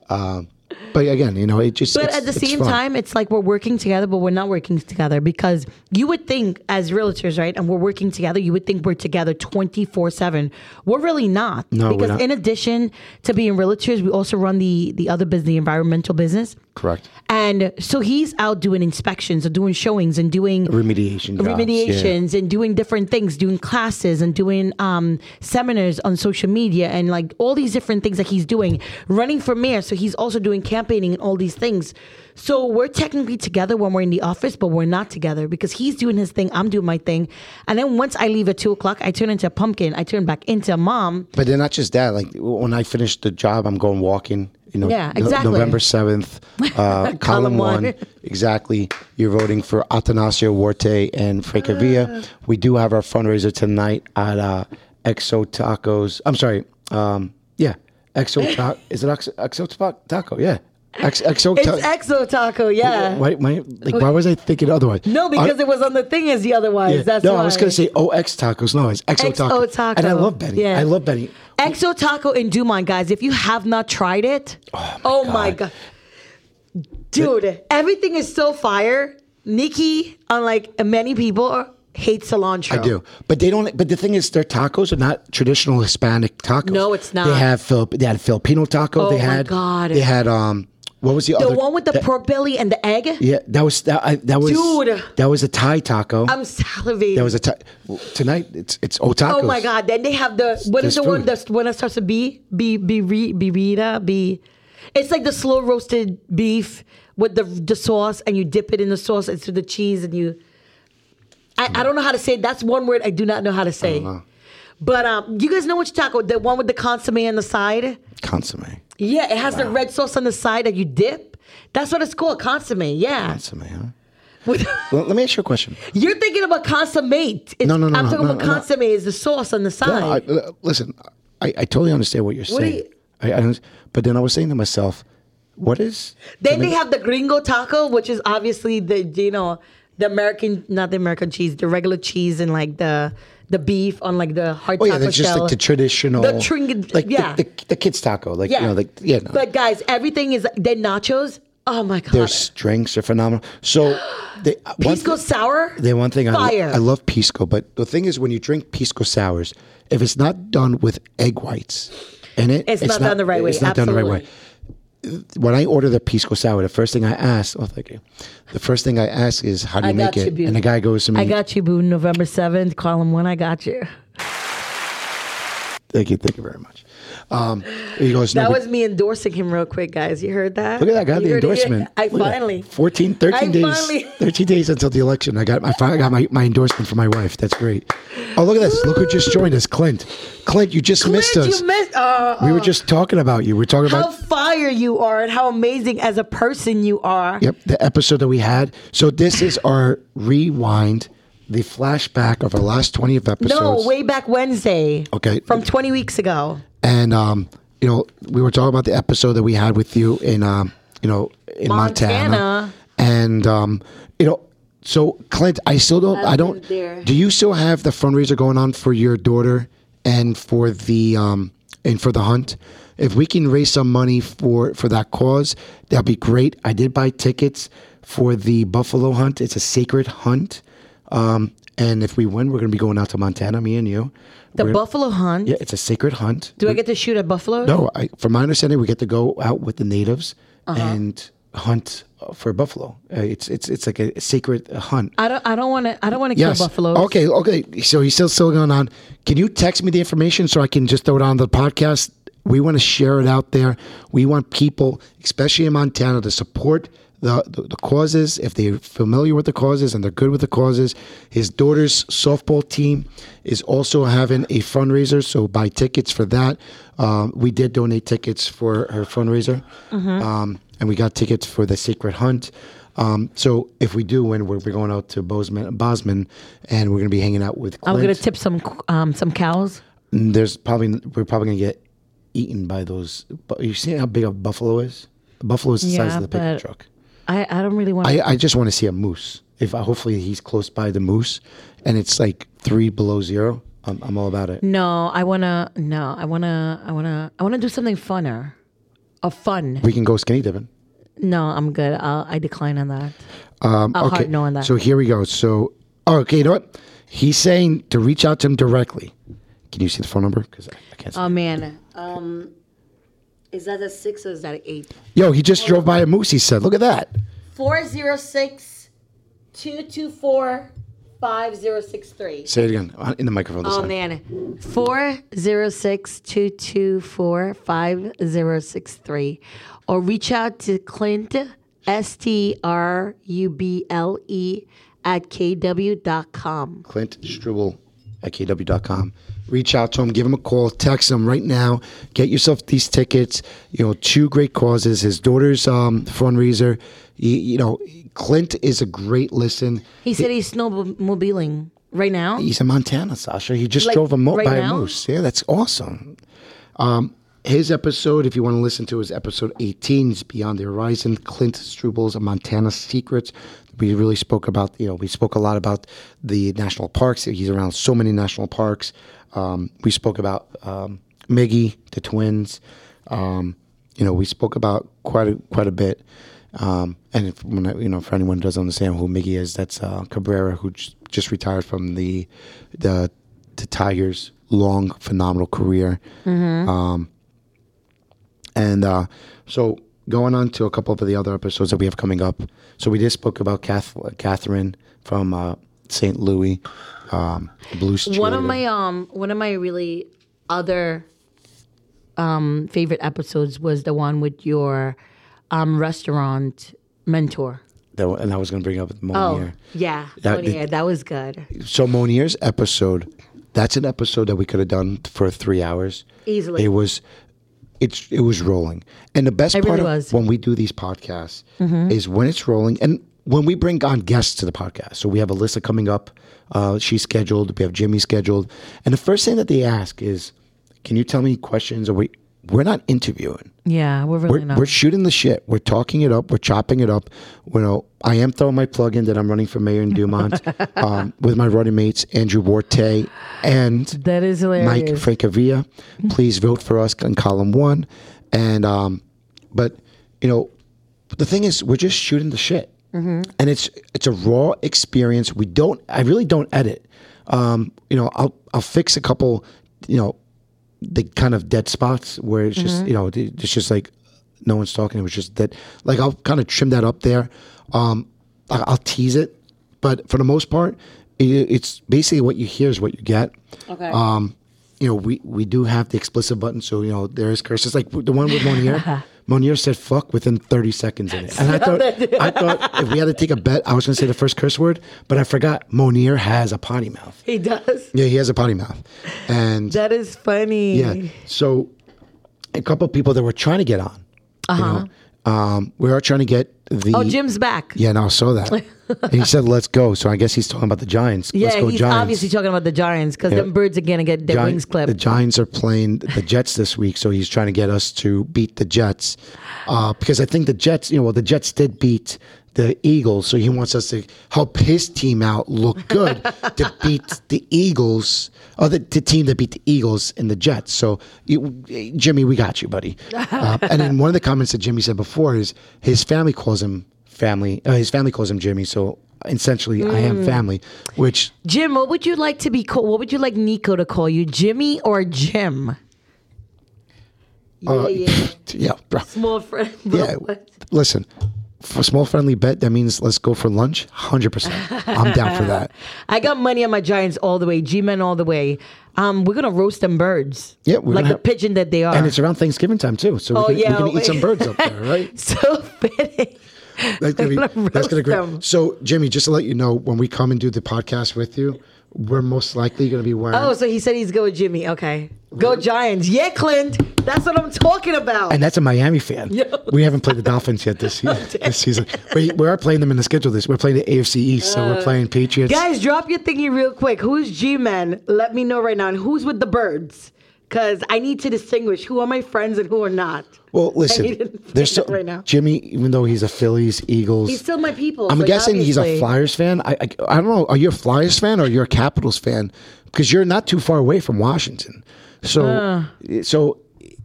Speaker 1: Um, but again, you know, it just.
Speaker 3: But
Speaker 1: it's-
Speaker 3: at the
Speaker 1: it's
Speaker 3: same
Speaker 1: fun.
Speaker 3: time, it's like we're working together, but we're not working together because you would think, as realtors, right? And we're working together, you would think we're together 24 7. We're really not.
Speaker 1: No, we're
Speaker 3: because
Speaker 1: not.
Speaker 3: in addition to being realtors, we also run the, the other business, the environmental business.
Speaker 1: correct
Speaker 3: And so he's out doing inspections and doing showings and doing
Speaker 1: remediation. jobs, yeah.
Speaker 3: remediations and doing different things, doing classes and doing um, seminars on social media and like all these different things that he's doing, running for mayor. So he's also doing campaigning and all these things. So we're technically together when we're in the office, but we're not together because he's doing his thing, I'm doing my thing. And then once I leave at two o'clock, I turn into a pumpkin, I turn back into a mom.
Speaker 1: But then not just that. Like when I finish the job, I'm going walking. You know,
Speaker 3: Yeah,
Speaker 1: No-
Speaker 3: exactly.
Speaker 1: November
Speaker 3: [LAUGHS]
Speaker 1: seventh, uh, column
Speaker 3: Column one.
Speaker 1: one. Exactly. You're voting for Atanasio Huarte and Frank Villa. We do have our fundraiser tonight at uh, Exo Tacos. I'm sorry. Um, yeah, Exo
Speaker 3: [LAUGHS]
Speaker 1: Taco. Is it Exo, Exo Ta- Taco? Yeah, Ex- Exo.
Speaker 3: It's
Speaker 1: Ta-
Speaker 3: Exo Taco, yeah.
Speaker 1: why, why, like, why was I thinking otherwise?
Speaker 3: No, because it was on the thing as the otherwise.
Speaker 1: Yeah.
Speaker 3: That's
Speaker 1: no,
Speaker 3: why.
Speaker 1: I was gonna say OX tacos. No, it's XO,
Speaker 3: XO Taco.
Speaker 1: And I love Benny.
Speaker 3: Yeah.
Speaker 1: I love Benny.
Speaker 3: Exo Taco in Dumont, guys. If you have not tried it, oh my,
Speaker 1: God.
Speaker 3: God. Dude, everything is so fire. Nikki, unlike many people, hates cilantro.
Speaker 1: I do, but they don't. But the thing is, their tacos are not traditional Hispanic tacos.
Speaker 3: No, it's not.
Speaker 1: They have Filip, they had Filipino taco.
Speaker 3: Oh
Speaker 1: they
Speaker 3: my
Speaker 1: had
Speaker 3: God.
Speaker 1: They had um, what was the,
Speaker 3: The
Speaker 1: other
Speaker 3: one with the
Speaker 1: that-
Speaker 3: pork belly and the egg.
Speaker 1: yeah, that was that. I, that was
Speaker 3: Dude.
Speaker 1: That was a Thai taco.
Speaker 3: I'm salivating.
Speaker 1: that was a Thai. Tonight it's it's o tacos.
Speaker 3: oh my God. Then they have the, what
Speaker 1: There's
Speaker 3: is the one
Speaker 1: food.
Speaker 3: that's one that starts with B? B, B, B, birita, B. It's like the slow roasted beef with the the sauce, and you dip it in the sauce and through the cheese, and you. I, I don't know how to say it. That's one word I do not know how to say.
Speaker 1: Uh-huh.
Speaker 3: But um, you guys know which taco? The one with the consomme on the side?
Speaker 1: consomme.
Speaker 3: Yeah, it has the red sauce on the side that you dip. That's what it's called, consomme. Yeah.
Speaker 1: Consomme, huh?
Speaker 3: With-
Speaker 1: Well, let me ask you a question.
Speaker 3: [LAUGHS] You're thinking about consommate. It's-
Speaker 1: No, no, no,
Speaker 3: I'm
Speaker 1: no,
Speaker 3: talking
Speaker 1: no,
Speaker 3: about
Speaker 1: no.
Speaker 3: consomme is the sauce on the
Speaker 1: No, I,
Speaker 3: side.
Speaker 1: l- listen, I, I totally understand what you're
Speaker 3: What do
Speaker 1: saying.
Speaker 3: you-
Speaker 1: I, I don't, but then I was saying to myself, what is?
Speaker 3: Then they have the gringo taco, which is obviously the you know the American, not the American cheese, the regular cheese and like the the beef on like the hard
Speaker 1: Oh yeah,
Speaker 3: taco
Speaker 1: that's just
Speaker 3: shell.
Speaker 1: like the traditional,
Speaker 3: The tring-
Speaker 1: like the-
Speaker 3: yeah.
Speaker 1: the, the, kids taco, like
Speaker 3: yeah,
Speaker 1: you know, like yeah, no.
Speaker 3: But guys, everything is the nachos. Oh my god,
Speaker 1: their strengths are phenomenal. So they uh, one
Speaker 3: pisco
Speaker 1: thi-
Speaker 3: sour.
Speaker 1: The one thing I, lo-
Speaker 3: Fire.
Speaker 1: I love pisco, but the thing is when you drink pisco sours, if it's not done with egg whites in it,
Speaker 3: It's not done the right way,
Speaker 1: It's not done the right way. When I order the pisco sour, the first thing I ask, oh thank you, the first thing I ask is how do
Speaker 3: I
Speaker 1: you make
Speaker 3: got you,
Speaker 1: it?
Speaker 3: boo.
Speaker 1: and the guy goes to me,
Speaker 3: I got you, boo. November seventh. Call him when I got you.
Speaker 1: thank you, thank you very much. Um, he goes, no,
Speaker 3: That
Speaker 1: we-
Speaker 3: was me endorsing him real quick, guys. You heard that?
Speaker 1: Look at that, I got
Speaker 3: You
Speaker 1: the
Speaker 3: heard it here?
Speaker 1: endorsement.
Speaker 3: I
Speaker 1: Look at that.
Speaker 3: finally.
Speaker 1: 14, 13
Speaker 3: I
Speaker 1: days.
Speaker 3: finally- [LAUGHS]
Speaker 1: 13 days until the election. I got I finally got my, my endorsement for my wife. That's great. Oh, look at this. Look who just joined us, Clint. Clint, you just [LAUGHS] missed
Speaker 3: Clint,
Speaker 1: us.
Speaker 3: You missed. Uh,
Speaker 1: we were just talking about you. We are talking
Speaker 3: how
Speaker 1: about
Speaker 3: fire you are and how amazing as a person you are.
Speaker 1: yep, the episode that we had. So this is our rewind, the flashback of our last 20 of
Speaker 3: No,
Speaker 1: episodes.
Speaker 3: way back Wednesday.
Speaker 1: Okay.
Speaker 3: From 20 weeks ago.
Speaker 1: And um, you know, we were talking about the episode that we had with you in um, you know, in Montana.
Speaker 3: Montana.
Speaker 1: And um, you know, so Clint, I still don't I, don't do you still have the fundraiser going on for your daughter and for the um and for the hunt? If we can raise some money for for that cause, that'd be great. I did buy tickets for the buffalo hunt. It's a sacred hunt. Um, and if we win, we're going to be going out to Montana, me and you.
Speaker 3: The
Speaker 1: We're-
Speaker 3: buffalo hunt.
Speaker 1: yeah, it's a sacred hunt.
Speaker 3: Do I get to shoot at buffalo?
Speaker 1: No, I, from my understanding, we get to go out with the natives and hunt uh, for buffalo. Uh, it's it's it's like a sacred hunt.
Speaker 3: I don't. I don't want to. I don't want to
Speaker 1: yes.
Speaker 3: kill buffaloes.
Speaker 1: Okay. Okay. So he's still still going on. Can you text me the information so I can just throw it on the podcast? We want to share it out there. We want people, especially in Montana, to support the, the, the causes if they're familiar with the causes and they're good with the causes. His daughter's softball team is also having a fundraiser, so buy tickets for that. Um, we did donate tickets for her fundraiser, um, and we got tickets for the Secret Hunt. Um, so if we do win, we're, we're going out to Bozeman, Bosman, and we're gonna be hanging out with. Clint.
Speaker 3: I'm gonna tip some um some cows.
Speaker 1: And There's probably we're probably gonna get eaten by those. But you see how big a buffalo is? A buffalo is the size
Speaker 3: Yeah,
Speaker 1: of the pickup
Speaker 3: but-
Speaker 1: truck.
Speaker 3: I I don't really want.
Speaker 1: I, I just want to see a moose. If I, hopefully he's close by the moose, and it's like three below zero, I'm, I'm all about it.
Speaker 3: No, I wanna. No, I wanna. I wanna. I wanna do something funner. A fun.
Speaker 1: We can go skinny dipping.
Speaker 3: No, I'm good. I'll, I decline on that.
Speaker 1: Um,
Speaker 3: I'll
Speaker 1: okay.
Speaker 3: hard no on that.
Speaker 1: So here we go. So oh, okay, you know what? He's saying to reach out to him directly. Can you see the phone number? Because I, I can't. see.
Speaker 3: Oh man. Um, is that a six or is that an eight?
Speaker 1: Yo, he just drove by a moose. He said, "Look at that."
Speaker 3: 406 224 5063.
Speaker 1: Say it again uh, in the microphone. This
Speaker 3: Oh
Speaker 1: time.
Speaker 3: man. 406 224 5063. Or reach out to Clint, S T R U B L E, at kw.com.
Speaker 1: Clint Struble at KW.com. Reach out to him, give him a call, text him right now. Get yourself these tickets. You know, two great causes. His daughter's um, fundraiser. You, you know, Clint is a great listen.
Speaker 3: He said he's snowmobiling right now.
Speaker 1: He's in Montana, Sasha. He just
Speaker 3: Like,
Speaker 1: drove a mo-
Speaker 3: right
Speaker 1: by
Speaker 3: now?
Speaker 1: a moose. Yeah, that's awesome. Um, his episode, if you want to listen to, is episode 18. It's Beyond the Horizon. Clint Struble's Montana Secrets. We really spoke about, you know, we spoke a lot about the national parks. He's around so many national parks. Um, we spoke about um, Miggy, the twins. Um, you know, we spoke about quite a, quite a bit. Um, and if, when I, you know, for anyone who doesn't understand who Miggy is, that's uh, Cabrera, who j- just retired from the the, the Tigers' long, phenomenal career.
Speaker 3: Mm-hmm.
Speaker 1: Um, And uh, so going on to a couple of the other episodes that we have coming up. So we just spoke about Kath- Catherine from uh, St. Louis, um, blues.
Speaker 3: one of
Speaker 1: cheerleader.
Speaker 3: my um one of my really other um favorite episodes was the one with your um restaurant mentor.
Speaker 1: that, and I was going to bring up
Speaker 3: Oh
Speaker 1: Monier.
Speaker 3: yeah,
Speaker 1: That-
Speaker 3: that, that was good.
Speaker 1: So Monier's episode, that's an episode that we could have done for three hours
Speaker 3: Easily.
Speaker 1: It was, it's it was rolling, and the best
Speaker 3: It
Speaker 1: part
Speaker 3: really
Speaker 1: of
Speaker 3: was. Mm-hmm.
Speaker 1: when we do these podcasts is when it's rolling and when we bring on guests to the podcast. So we have Alyssa coming up, uh, she's scheduled. We have Jimmy scheduled, and the first thing that they ask is, "Can you tell me questions or we we're not interviewing.
Speaker 3: Yeah, we're really
Speaker 1: We're,
Speaker 3: not.
Speaker 1: we're shooting the shit. We're talking it up. We're chopping it up. You know, I am throwing my plug in that I'm running for mayor in Dumont um, with my running mates Andrew Warte and
Speaker 3: that is
Speaker 1: Mike
Speaker 3: hilarious.
Speaker 1: Francavilla. Please vote for us in column one. And um, but you know, the thing is, we're just shooting the shit, and it's it's a raw experience. We don't. I really don't edit. Um, you know, I'll I'll fix a couple. You know, the kind of dead spots where it's just you know it- it's just like no one's talking. It was just that like I'll kind of trim that up there. Um, I- I'll tease it, but for the most part, i it's basically what you hear is what you get. Okay. Um, you know we we do have the explicit button, so you know there is curses like the one with [LAUGHS] Monier. Monier said "fuck" within thirty seconds in it, and [LAUGHS] I thought I thought if we had to take a bet, I was going to say the first curse word, but I forgot. Monier has a potty mouth.
Speaker 3: he does.
Speaker 1: Yeah, he has a potty mouth, and
Speaker 3: That is funny.
Speaker 1: yeah. So a couple people that were trying to get on. Uh-huh. um, we are trying to get the
Speaker 3: Oh, Jim's back.
Speaker 1: Yeah, no, I saw
Speaker 3: [LAUGHS]
Speaker 1: that. and he said, "Let's go." So I guess he's talking about the Giants.
Speaker 3: Yeah,
Speaker 1: Let's go
Speaker 3: he's
Speaker 1: Giants.
Speaker 3: obviously talking about the Giants because
Speaker 1: Yeah.
Speaker 3: them birds are gonna get their
Speaker 1: Gi-
Speaker 3: wings clipped.
Speaker 1: The Giants are playing the Jets this week, so he's trying to get us to beat the Jets uh, because I think the Jets, you know, well, the Jets did beat the Eagles, so he wants us to help his team out look good to beat the Eagles, or the, the team that beat the Eagles and the Jets. So, you, Jimmy, we got you, buddy. Uh, and then one of the comments that Jimmy said before is his family calls him family. Uh, his family calls him Jimmy, so. Essentially, I am family, which [LAUGHS]
Speaker 3: Jim, what would you like to be called? What would you like Nico to call you, Jimmy or Jim?
Speaker 1: uh, yeah, bro.
Speaker 3: Small friend. [LAUGHS]
Speaker 1: Yeah. Listen, for small friendly bet, that means let's go for lunch. Hundred percent. I'm down for
Speaker 3: [LAUGHS]
Speaker 1: that.
Speaker 3: I got money on my Giants all the way, G men all the way. Um, we're gonna roast them birds.
Speaker 1: Yeah, we're
Speaker 3: like
Speaker 1: gonna
Speaker 3: the
Speaker 1: have-
Speaker 3: pigeon that they are.
Speaker 1: And it's around Thanksgiving time too, so we,
Speaker 3: Oh,
Speaker 1: can,
Speaker 3: yeah,
Speaker 1: we can eat
Speaker 3: wait.
Speaker 1: some birds up there, right?
Speaker 3: [LAUGHS] so fitting.
Speaker 1: That's gonna be
Speaker 3: They're gonna
Speaker 1: that's gonna
Speaker 3: roast
Speaker 1: be
Speaker 3: them.
Speaker 1: great. So, Jimmy, just to let you know, when we come and do the podcast with you, we're most likely gonna be wearing.
Speaker 3: Oh, so he said he's go with Jimmy. Okay, go Giants. Yeah, Clint. That's what I'm talking about.
Speaker 1: and that's a Miami fan.
Speaker 3: Yo.
Speaker 1: We haven't played the Dolphins yet
Speaker 3: [LAUGHS]
Speaker 1: this, se- this season. We, we are playing them in the schedule this. We're playing the AFC East, so
Speaker 3: Uh,
Speaker 1: we're playing Patriots.
Speaker 3: Guys, drop your thingy real quick. Who's G Men? Let me know right now. And who's with the birds? Because I need to distinguish who are my friends and who are not.
Speaker 1: Well, listen,
Speaker 3: didn't
Speaker 1: there's so
Speaker 3: think that right now.
Speaker 1: Jimmy, even though he's a Phillies, Eagles,
Speaker 3: He's still my people,
Speaker 1: I'm
Speaker 3: like,
Speaker 1: guessing he's
Speaker 3: obviously.
Speaker 1: a Flyers fan. I, I I don't know. Are you a Flyers fan or you're a Capitals fan? Because you're not too far away from Washington. So
Speaker 3: Uh.
Speaker 1: so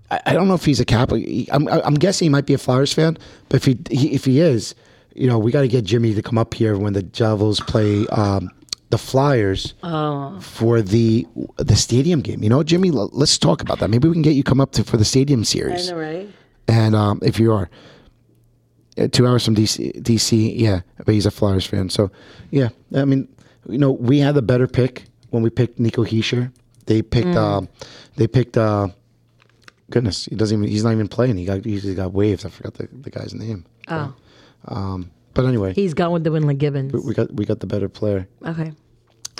Speaker 1: I, I don't know if he's a Cap. I'm I'm guessing he might be a Flyers fan. But if he, he if he is, you know, we got to get Jimmy to come up here when the Devils play. Um, the Flyers
Speaker 3: Oh.
Speaker 1: for the the stadium game. You know, Jimmy, l- let's talk about that. Maybe we can get you come up to for the stadium series.
Speaker 3: right?
Speaker 1: And um, if you are uh, two hours from DC, DC, yeah, but he's a Flyers fan. So, yeah, I mean, you know, we had the better pick when we picked Nico Heischer. They picked,
Speaker 3: Mm.
Speaker 1: um, they picked. Uh, goodness, he doesn't even. He's not even playing. He got he just got waived. I forgot the, the guy's name.
Speaker 3: Oh,
Speaker 1: But anyway,
Speaker 3: he's gone with the Winland Gibbons.
Speaker 1: we got we got the better player.
Speaker 3: Okay,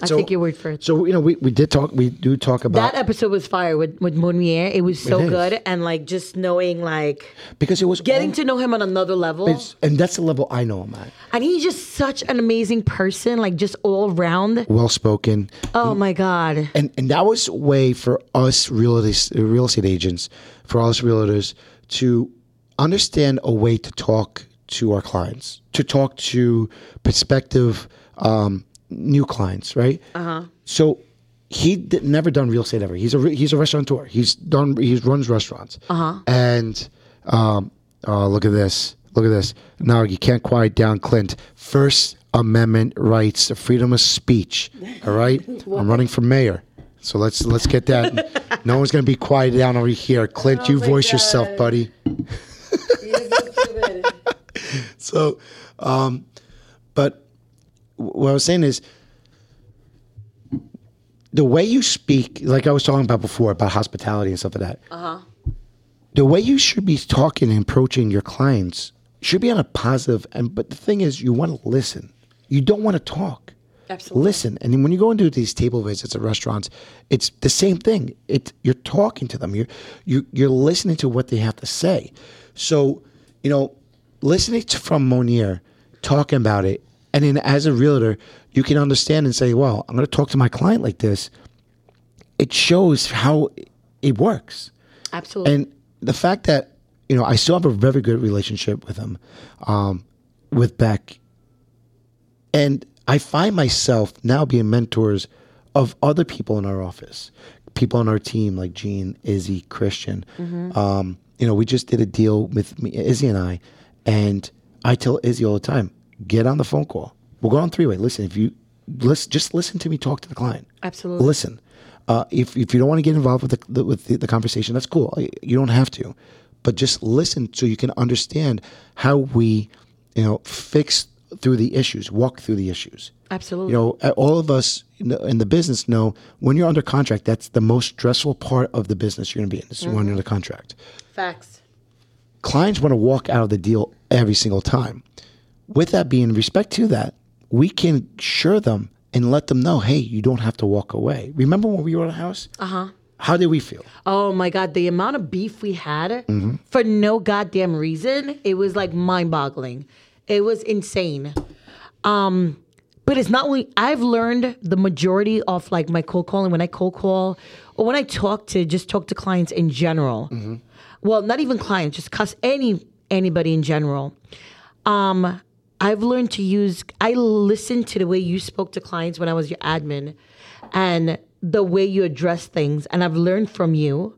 Speaker 3: I
Speaker 1: So-
Speaker 3: take your word for it.
Speaker 1: So you know, we, we did talk. We do talk about
Speaker 3: That episode was fire with with Mounier. It was so
Speaker 1: It is.
Speaker 3: good, and like just knowing, like
Speaker 1: because it was
Speaker 3: getting
Speaker 1: all-
Speaker 3: to know him on another level.
Speaker 1: Oh. it's- and that's the level I know him at.
Speaker 3: and he's just such an amazing person, like just all round.
Speaker 1: Well spoken.
Speaker 3: Oh my god!
Speaker 1: and and that was a way for us real estate, real estate agents, for us realtors to understand a way to talk to our clients, to talk to prospective um, new clients, right? Uh huh. So he did, never done real estate ever. He's a re- he's a restaurateur. He's done he runs restaurants. Uh huh. And um, oh, look at this. Look at this. Now you can't quiet down Clint. First Amendment rights, the freedom of speech. All right? I'm running for mayor. So let's let's get that. no one's gonna be quieted down over here. Clint, you voice yourself, buddy. [LAUGHS] so um but what I was saying is the way you speak, like I was talking about before, about hospitality and stuff like that the way you should be talking and approaching your clients should be on a positive and but the thing is you want to listen you don't want to talk absolutely listen and then when you go into these table visits at restaurants it's the same thing it's you're talking to them you're you, you're listening to what they have to say so you know listening to from monier talking about it and then as a realtor you can understand and say well i'm going to talk to my client like this it shows how it works
Speaker 3: Absolutely.
Speaker 1: and the fact that you know I still have a very good relationship with him, um, with Beck, and I find myself now being mentors of other people in our office, people on our team like Gene, Izzy, Christian.
Speaker 3: Mm-hmm.
Speaker 1: Um, you know, we just did a deal with me, Izzy and I, and I tell Izzy all the time, get on the phone call. We'll go on three way. Listen, if you let's just listen to me talk to the client.
Speaker 3: Absolutely.
Speaker 1: Listen, uh, if if you don't want to get involved with the, the with the, the conversation, that's cool. You don't have to, but just listen so you can understand how we, you know, fix through the issues, walk through the issues.
Speaker 3: Absolutely.
Speaker 1: You know, uh, all of us in the, in the business know when you're under contract, that's the most stressful part of the business you're going to be in. Is when you're under contract
Speaker 3: Facts.
Speaker 1: clients want to walk out of the deal every single time. With that being respect to that, we can assure them and let them know, hey, you don't have to walk away. Remember when we were in a house? Uh
Speaker 3: Uh-huh.
Speaker 1: huh. How did we feel?
Speaker 3: Oh my God, the amount of beef we had
Speaker 1: Mm-hmm.
Speaker 3: for no goddamn reason, it was like mind boggling. It was insane. Um, but it's not only, I've learned the majority of like my cold calling when I cold call or when I talk to just talk to clients in general.
Speaker 1: Mm-hmm.
Speaker 3: Well, not even clients, just cuss any anybody in general. Um, I've learned to use, I listened to the way you spoke to clients when I was your admin and the way you address things. And I've learned from you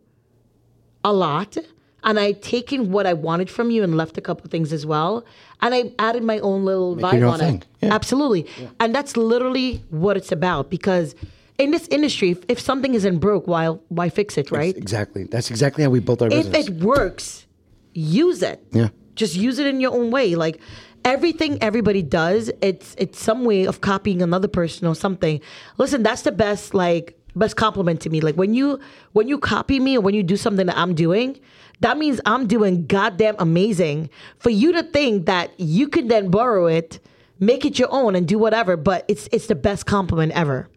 Speaker 3: a lot. And I taken what I wanted from you and left a couple things as well. And I added my own little vibe
Speaker 1: your own
Speaker 3: on
Speaker 1: thing.
Speaker 3: it.
Speaker 1: Yeah.
Speaker 3: Absolutely. And that's literally what it's about because in this industry, if, if something isn't broke, why, why fix it, right?
Speaker 1: Exactly. That's exactly how we built our
Speaker 3: if
Speaker 1: business.
Speaker 3: it works, use it.
Speaker 1: Yeah.
Speaker 3: Just use it in your own way. Like everything everybody does, it's it's some way of copying another person or something. Listen, that's the best like best compliment to me. Like when you when you copy me or when you do something that I'm doing, that means I'm doing goddamn amazing. For you to think that you could then borrow it, make it your own and do whatever, but it's it's the best compliment ever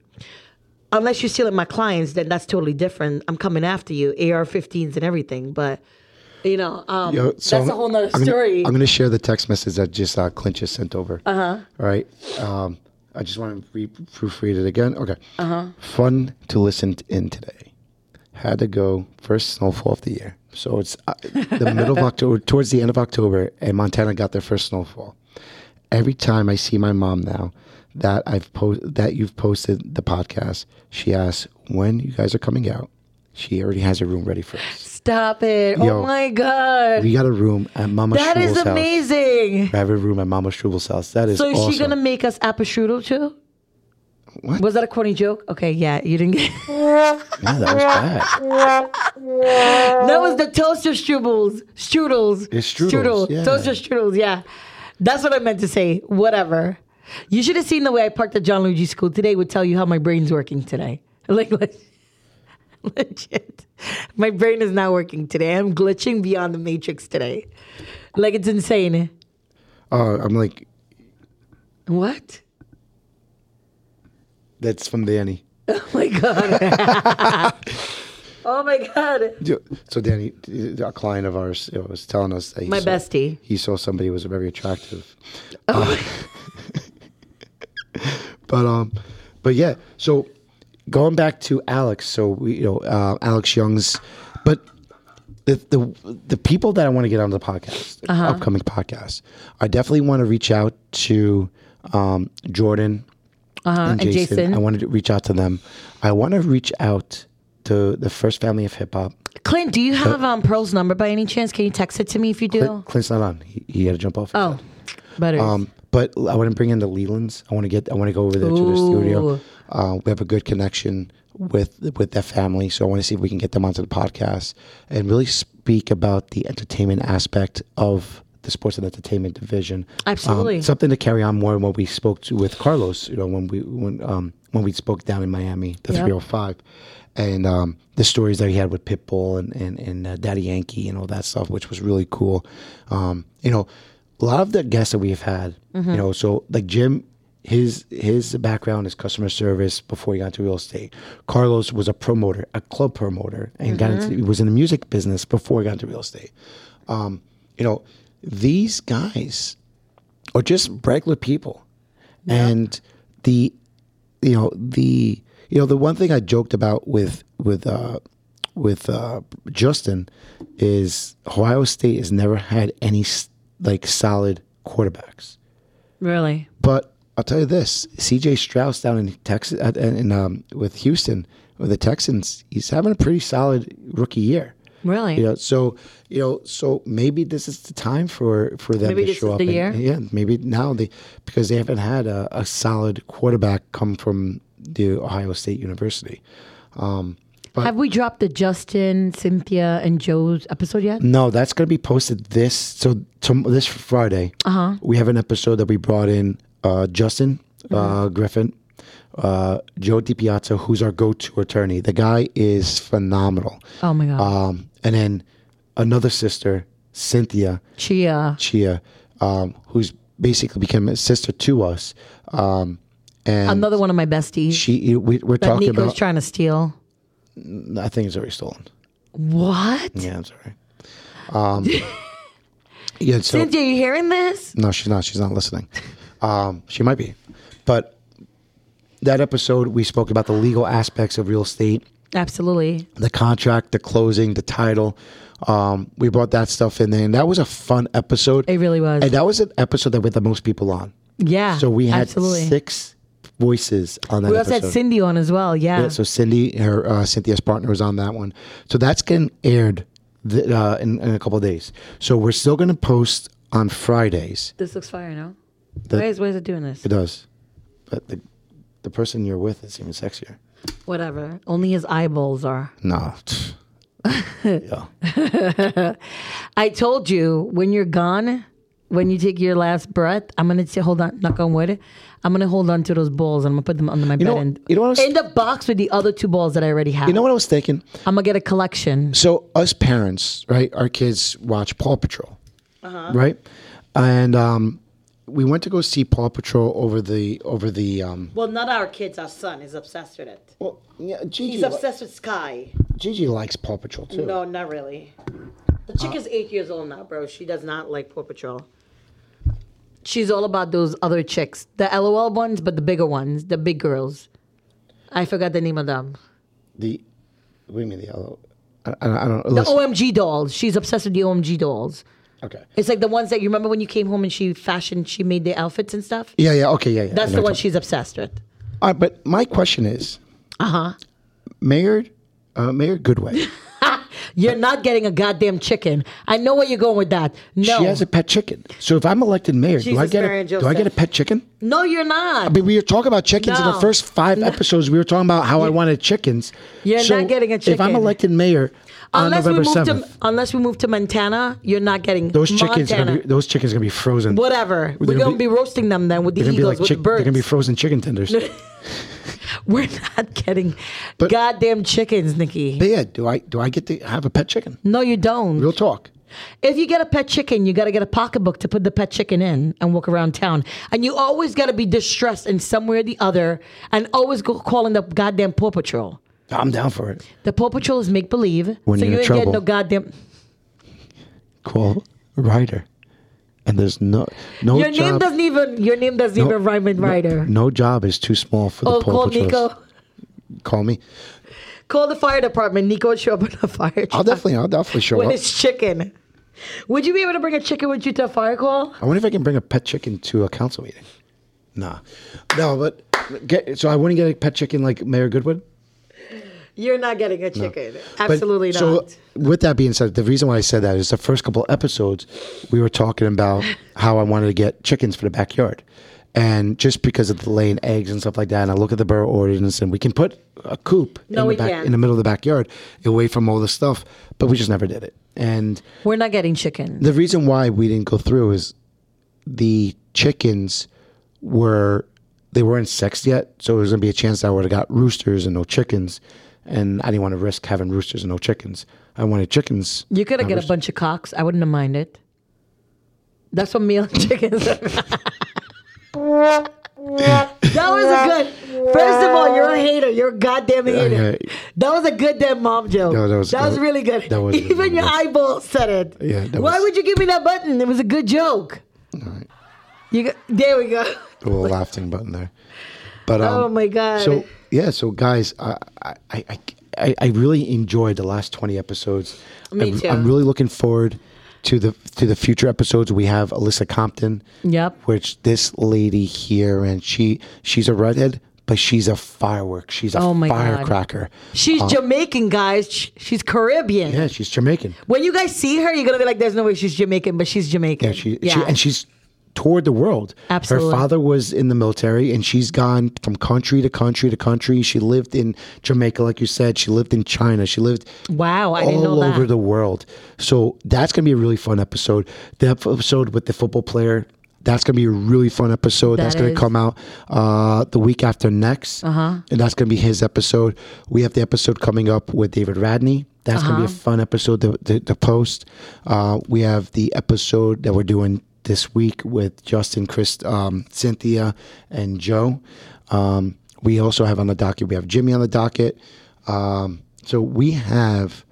Speaker 3: unless you're stealing my clients, then that's totally different. I'm coming after you, AR-15s and everything. But you know, um,
Speaker 1: Yo, so
Speaker 3: that's a
Speaker 1: I'm-
Speaker 3: whole nother
Speaker 1: I'm gonna-
Speaker 3: story. Uh-huh.
Speaker 1: I'm going to share the text message that just uh, Clint just sent over. Uh huh. All right. Um, I just want to re- proofread it again. Okay. Uh
Speaker 3: Uh-huh.
Speaker 1: huh. Fun to listen t- in today. Had to go first snowfall of the year. So it's uh, the
Speaker 3: [LAUGHS]
Speaker 1: middle of October, towards the end of October, and Montana got their first snowfall. Every time I see my mom now that I've po- that you've posted the podcast, she asks when you guys are coming out. She already has her room ready for us.
Speaker 3: Stop it!
Speaker 1: Yo.
Speaker 3: oh my god,
Speaker 1: We got a room at Mama
Speaker 3: that is
Speaker 1: Struvel's house.
Speaker 3: amazing.
Speaker 1: I have a room at Mama Struvel's house. That is
Speaker 3: So is
Speaker 1: awesome.
Speaker 3: she gonna make us apashudo too?
Speaker 1: What?
Speaker 3: Was that a corny joke? Okay, yeah, you didn't get.
Speaker 1: Yeah, Ah, that was bad.
Speaker 3: that was the toaster strudels, strudels,
Speaker 1: It's strudels,
Speaker 3: strudel,
Speaker 1: yeah.
Speaker 3: toaster strudels. Yeah, that's what I meant to say. Whatever. You should have seen the way I parked at John Luigi School today. Would tell you how my brain's working today. [LAUGHS] Like, like legit, my brain is not working today. I'm glitching beyond the matrix today. Like it's insane.
Speaker 1: Oh, I'm like,
Speaker 3: What?
Speaker 1: that's from Danny.
Speaker 3: Oh my god. [LAUGHS] oh my god.
Speaker 1: Yo, So Danny, a client of ours, you know, was telling us that he
Speaker 3: My
Speaker 1: saw,
Speaker 3: bestie.
Speaker 1: He saw somebody who was very attractive. Oh. Uh, [LAUGHS] but um, but yeah. So going back to Alex, so we, you know, uh, Alex Young's, but the the the people that I want to get on the podcast, upcoming podcast, I definitely want to reach out to um, Jordan Uh-huh, and,
Speaker 3: and
Speaker 1: Jason.
Speaker 3: Jason.
Speaker 1: I want to reach out to them. I want to reach out to the first family of hip hop.
Speaker 3: Clint, do you have um, Pearl's number by any chance? Can you text it to me if you do?
Speaker 1: Clint, Clint's not on. He, he had to jump off. he
Speaker 3: Oh,
Speaker 1: said.
Speaker 3: better.
Speaker 1: Um, but I want to bring in the Lelands. I want to get. I want to go over there to the studio.
Speaker 3: Ooh.
Speaker 1: Uh, we have a good connection with with their family, so I want to see if we can get them onto the podcast and really speak about the entertainment aspect of the sports and entertainment division. Um,
Speaker 3: Absolutely.
Speaker 1: something to carry on more than what we spoke to with Carlos. You know, when we when um when we spoke down in Miami, the
Speaker 3: Yep.
Speaker 1: 305, and um the stories that he had with Pitbull and and and uh, Daddy Yankee and all that stuff, which was really cool. Um, you know, a lot of the guests that we've had, you know, so like Jim. His his background is customer service before he got into real estate. Carlos was a promoter, a club promoter, and got into he was in the music business before he got into real estate. Um, you know, these guys or just regular people. And the you know the you know the one thing I joked about with with uh, with uh, Justin is Ohio State has never had any s- like solid quarterbacks.
Speaker 3: Really?
Speaker 1: But I'll tell you this: C.J. Strauss down in Texas, uh, in, um, with Houston, with the Texans, he's having a pretty solid rookie year.
Speaker 3: Really?
Speaker 1: You know, so you know, so maybe this is the time for for them to
Speaker 3: Maybe this
Speaker 1: show
Speaker 3: is
Speaker 1: up.
Speaker 3: the
Speaker 1: and-
Speaker 3: year?
Speaker 1: yeah, maybe now they because they haven't had a, a solid quarterback come from the Ohio State University.
Speaker 3: Have we dropped the Justin, Cynthia, and Joe's episode yet?
Speaker 1: No, that's going to be posted this so tom this Friday. Uh-huh. We have an episode that we brought in uh, Justin
Speaker 3: Mm-hmm.
Speaker 1: uh, Griffin, uh, Joe DiPiazza, who's our go-to attorney. The guy is phenomenal.
Speaker 3: Oh my God.
Speaker 1: Um, and then another sister, Cynthia
Speaker 3: Chia.
Speaker 1: Chia, um, who's basically become a sister to us. Um, and
Speaker 3: Another one of my besties
Speaker 1: she, we, we're
Speaker 3: that
Speaker 1: talking
Speaker 3: Nico's
Speaker 1: about.
Speaker 3: trying to steal.
Speaker 1: I think it's already stolen.
Speaker 3: What?
Speaker 1: Yeah, I'm sorry. Um,
Speaker 3: [LAUGHS]
Speaker 1: yeah, so
Speaker 5: Cynthia, you hearing this?
Speaker 1: No, she's not. She's not listening. Um, she might be, but that episode we spoke about the legal aspects of real estate,
Speaker 3: Absolutely.
Speaker 1: the contract, the closing, the title. Um, we brought that stuff in there, and that was a fun episode.
Speaker 3: It really was.
Speaker 1: and that was an episode that we had the most people on.
Speaker 3: Yeah.
Speaker 1: So we had
Speaker 3: absolutely.
Speaker 1: six voices on that.
Speaker 3: we also
Speaker 1: episode.
Speaker 3: had Cindy on as well. Yeah.
Speaker 1: Yeah, so Cindy, her uh, Cynthia's partner, was on that one. So that's getting aired th- uh, in, in a couple of days. So we're still going to post on Fridays.
Speaker 3: this looks fire, no?
Speaker 1: The-
Speaker 5: Why is, why is it doing this?
Speaker 1: It does. But the the person you're with is even sexier.
Speaker 3: Whatever. Only his eyeballs are. [LAUGHS]
Speaker 1: No. pff. yeah.
Speaker 3: I told you when you're gone, when you take your last breath, I'm gonna say, hold on, knock on wood. I'm gonna hold on to those balls and I'm gonna put them under my bed
Speaker 1: know-
Speaker 3: and
Speaker 1: you know what I was-
Speaker 3: in the box with the other two balls that I already have.
Speaker 1: You know what I was thinking?
Speaker 3: I'm gonna get a collection.
Speaker 1: So us parents, right? Our kids watch Paw Patrol,
Speaker 3: Uh-huh.
Speaker 1: right? And um, we went to go see Paw Patrol over the over the. Um,
Speaker 5: Well, not our kids. Our son is obsessed with it.
Speaker 1: well, yeah, Gigi,
Speaker 5: He's obsessed with Sky.
Speaker 1: Gigi likes Paw Patrol too.
Speaker 5: No, not really. The chick is eight years old now, bro. She does not like Paw Patrol.
Speaker 3: She's all about those other chicks, the LOL ones, but the bigger ones, the big girls. I forgot the name of them.
Speaker 1: The what do you mean the yellow? I, I, I don't.
Speaker 3: The
Speaker 1: Listen,
Speaker 3: OMG dolls. She's obsessed with the OMG dolls.
Speaker 1: okay.
Speaker 3: It's like the ones that you remember when you came home and she fashioned, she made the outfits and stuff.
Speaker 1: Yeah, yeah, okay, yeah, yeah. I know
Speaker 3: That's the
Speaker 1: what
Speaker 3: one
Speaker 1: you're
Speaker 3: she's obsessed with.
Speaker 1: talking- All right, but my question is,
Speaker 3: Uh
Speaker 5: Uh-huh.
Speaker 3: huh.
Speaker 1: Mayor, uh, Mayor
Speaker 3: [LAUGHS]
Speaker 1: Goodway,
Speaker 3: You're not getting a goddamn chicken. I know where you're going with that. No,
Speaker 1: She has a pet chicken. So if I'm elected mayor, do I
Speaker 5: Jesus,
Speaker 1: get
Speaker 5: Mary
Speaker 1: a,
Speaker 5: and
Speaker 1: do I get a
Speaker 5: Joseph.
Speaker 1: pet chicken?
Speaker 3: no, you're not.
Speaker 1: I mean, we were talking about chickens in the
Speaker 3: No.
Speaker 1: first five episodes. We were talking about how I wanted chickens.
Speaker 3: You're
Speaker 1: So
Speaker 3: not getting a
Speaker 1: If I'm
Speaker 3: chicken.
Speaker 1: elected mayor on
Speaker 3: unless we
Speaker 1: November
Speaker 3: move
Speaker 1: seventh,
Speaker 3: to unless we move to Montana, you're not getting
Speaker 1: those chickens are
Speaker 3: Montana.
Speaker 1: gonna be those chickens are gonna be frozen.
Speaker 3: Whatever. We're
Speaker 1: gonna
Speaker 3: gonna
Speaker 1: be-
Speaker 3: be, roasting them then with the
Speaker 1: They're
Speaker 3: eagles
Speaker 1: gonna be like
Speaker 3: with
Speaker 1: chick-
Speaker 3: the
Speaker 1: they're
Speaker 3: birds.
Speaker 1: gonna be frozen chicken tenders. but
Speaker 3: [LAUGHS] We're not getting
Speaker 1: But-
Speaker 3: goddamn chickens, Nikki.
Speaker 1: yeah, do I do I get to have a pet chicken?
Speaker 3: no, you don't.
Speaker 1: Real talk.
Speaker 3: If you get a pet chicken, you got to get a pocketbook to put the pet chicken in and walk around town. And you always got to be distressed in some way or the other, and always go calling the goddamn Paw Patrol.
Speaker 1: I'm down for it.
Speaker 3: The Paw Patrol is make believe, so
Speaker 1: When
Speaker 3: you
Speaker 1: you're in
Speaker 3: ain't
Speaker 1: trouble.
Speaker 3: getting no goddamn.
Speaker 1: Call Ryder. And there's no no
Speaker 3: Your name
Speaker 1: job-
Speaker 3: doesn't even your name doesn't
Speaker 1: no-
Speaker 3: even rhyme with
Speaker 1: no-
Speaker 3: Ryder.
Speaker 1: No, job is too small for the
Speaker 3: oh,
Speaker 1: Paw
Speaker 3: call
Speaker 1: Patrols.
Speaker 3: Nico.
Speaker 1: Call me.
Speaker 3: Call the fire department. Nico would show up with a fire
Speaker 1: I'll
Speaker 3: truck
Speaker 1: definitely I'll definitely show
Speaker 3: when
Speaker 1: up.
Speaker 3: it's chicken. Would you be able to bring a chicken with you to a fire call?
Speaker 1: I wonder if I can bring a pet chicken to a council meeting. Nah, no, but get, so I wouldn't get a pet chicken like Mayor Goodwood.
Speaker 3: You're not getting a chicken.
Speaker 1: But-
Speaker 3: Absolutely not.
Speaker 1: So with that being said, the reason why I said that is the first couple episodes we were talking
Speaker 3: [LAUGHS]
Speaker 1: about how I wanted to get chickens for the backyard. And just because of the laying eggs and stuff like that, and I look at the borough ordinance, and we can put a coop
Speaker 3: No,
Speaker 1: in, the
Speaker 3: we
Speaker 1: back,
Speaker 3: can't.
Speaker 1: in the middle of the backyard, away from all the stuff, but we just never did it. And
Speaker 3: We're not getting chicken.
Speaker 1: the reason why we didn't go through is the chickens were they weren't sexed yet, so there was gonna be a chance that I would have got roosters and no chickens, and I didn't want to risk having roosters and no chickens. I wanted chickens.
Speaker 3: You could have get a bunch of cocks. I wouldn't have minded. That's what meal and chickens. are. [LAUGHS] that was a good. First of all, you're a hater. You're a goddamn hater.
Speaker 1: Okay.
Speaker 3: That was a good damn mom joke.
Speaker 1: No, that was- that was-
Speaker 3: really good.
Speaker 1: that was a good
Speaker 3: Even
Speaker 1: mom
Speaker 3: your
Speaker 1: joke.
Speaker 3: eyeball said it.
Speaker 1: Yeah, that
Speaker 3: Why
Speaker 1: was-
Speaker 3: would you give me that button? It was a good joke. You go, there we go.
Speaker 1: A little laughing button there, but um,
Speaker 3: Oh my God.
Speaker 1: So yeah, so guys, I I, I I, I really enjoyed the last 20 episodes.
Speaker 3: Me
Speaker 1: I'm,
Speaker 3: too.
Speaker 1: I'm really looking forward to the to the future episodes. We have Alyssa Compton.
Speaker 3: Yep.
Speaker 1: Which this lady here and she she's a redhead, but she's a firework. She's a
Speaker 3: Oh my God.
Speaker 1: firecracker.
Speaker 3: She's Jamaican, guys. Sh- She's Caribbean.
Speaker 1: Uh-huh. Yeah, she's Jamaican.
Speaker 3: When you guys see her, you're gonna be like, "There's no way she's Jamaican," but she's Jamaican.
Speaker 1: Yeah, she, she and she's toured the world.
Speaker 3: Absolutely.
Speaker 1: Her father was in the military and she's gone from country to country to country. She lived in Jamaica, like you said. She lived in China. She lived
Speaker 3: Wow, I didn't
Speaker 1: all
Speaker 3: know that.
Speaker 1: over the world. So that's gonna be a really fun episode. The ep- episode with the football player. That's gonna be a really fun episode.
Speaker 3: That
Speaker 1: that's gonna
Speaker 3: is.
Speaker 1: come out uh, the week after next, uh-huh. and that's gonna be his episode. We have the episode coming up with David Radney. That's gonna be a
Speaker 3: Uh-huh.
Speaker 1: fun episode to, to, to post. Uh, we have the episode that we're doing this week with Justin, Chris, um, Cynthia, and Joe. Um, we also have on the docket. We have Jimmy on the docket. Um, so we have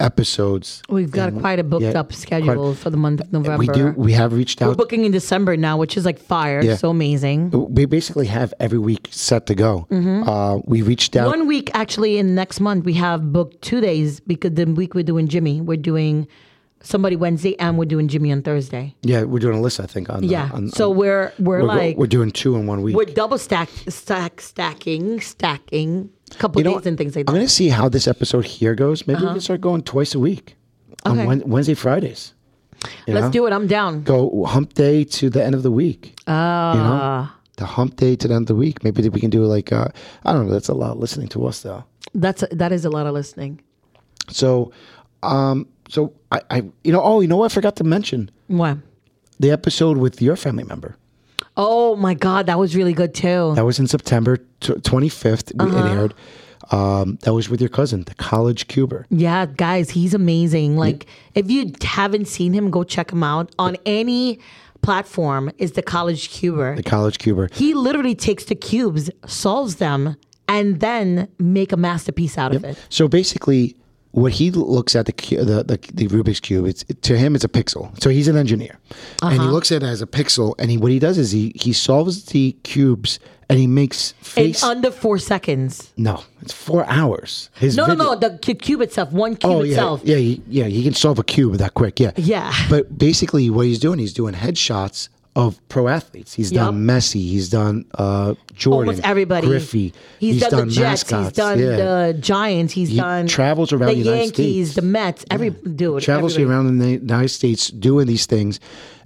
Speaker 1: episodes.
Speaker 3: We've got
Speaker 1: And-
Speaker 3: quite a booked
Speaker 1: yeah,
Speaker 3: up schedule
Speaker 1: quite-
Speaker 3: for the month of November.
Speaker 1: We do. We have reached
Speaker 3: We're
Speaker 1: out.
Speaker 3: booking in December now, which is like fire.
Speaker 1: Yeah.
Speaker 3: So amazing.
Speaker 1: We basically have every week set to go. Uh, we reached out.
Speaker 3: Mm-hmm. One week actually in next month we have booked two days because the week we're doing Jimmy, we're doing somebody Wednesday and we're doing Jimmy on Thursday.
Speaker 1: yeah, we're doing Alyssa. I think on the-
Speaker 3: Yeah.
Speaker 1: on-
Speaker 3: so
Speaker 1: on-
Speaker 3: we're we're,
Speaker 1: go-
Speaker 3: like
Speaker 1: we're
Speaker 3: we're,
Speaker 1: doing two in one week.
Speaker 3: double stack stack stacking stacking couple
Speaker 1: You know
Speaker 3: days and things like
Speaker 1: I'm
Speaker 3: that. Uh-huh.
Speaker 1: gonna see how this episode here goes. Maybe we can start going twice a week on
Speaker 3: Okay.
Speaker 1: Wed- Wednesday, Fridays. You
Speaker 3: Let's
Speaker 1: know?
Speaker 3: do it. I'm down.
Speaker 1: Go hump day to the end of the week. you know?
Speaker 3: Ah.
Speaker 1: The hump day to the end of the week. Maybe we can do like uh, I don't know. That's a lot of listening to us though.
Speaker 3: That's that is a lot of listening.
Speaker 1: So, um, so I, I, you know, oh, you know, what I forgot to mention
Speaker 3: What?
Speaker 1: the episode with your family member.
Speaker 3: Oh my God, that was really good too.
Speaker 1: That was in September twenty fifth. It
Speaker 3: Uh-huh.
Speaker 1: aired. Um, that was with your cousin, the college cuber.
Speaker 3: Yeah, guys, he's amazing. Like, if you haven't seen him, go check him out on any platform. Is the College Cuber?
Speaker 1: The college cuber.
Speaker 3: He literally takes the cubes, solves them, and then make a masterpiece out of it.
Speaker 1: So basically, what he looks at the cu- the, the, the Rubik's cube, it's to him it's a pixel. So he's an engineer, and
Speaker 3: Uh-huh.
Speaker 1: he looks at it as a pixel. And he, what he does is he he solves the cubes and he makes
Speaker 3: In
Speaker 1: face.
Speaker 3: under four seconds.
Speaker 1: no, it's four hours. His
Speaker 3: No, no,
Speaker 1: video-
Speaker 3: no. The cu- cube itself, one cube
Speaker 1: Oh, yeah,
Speaker 3: itself.
Speaker 1: Yeah, he- yeah, he can solve a cube that quick. Yeah.
Speaker 3: Yeah.
Speaker 1: But basically, what he's doing, he's doing headshots of pro athletes. He's done Messi. He's done uh, Jordan.
Speaker 3: Almost everybody.
Speaker 1: Griffey.
Speaker 3: He's, done, the Jets.
Speaker 1: mascots.
Speaker 3: He's done
Speaker 1: yeah.
Speaker 3: the Giants. He's
Speaker 1: He
Speaker 3: done
Speaker 1: travels around
Speaker 3: the
Speaker 1: the United
Speaker 3: Yankees,
Speaker 1: States.
Speaker 3: the Mets. Every dude
Speaker 1: travels
Speaker 3: everybody.
Speaker 1: around the United States doing these things,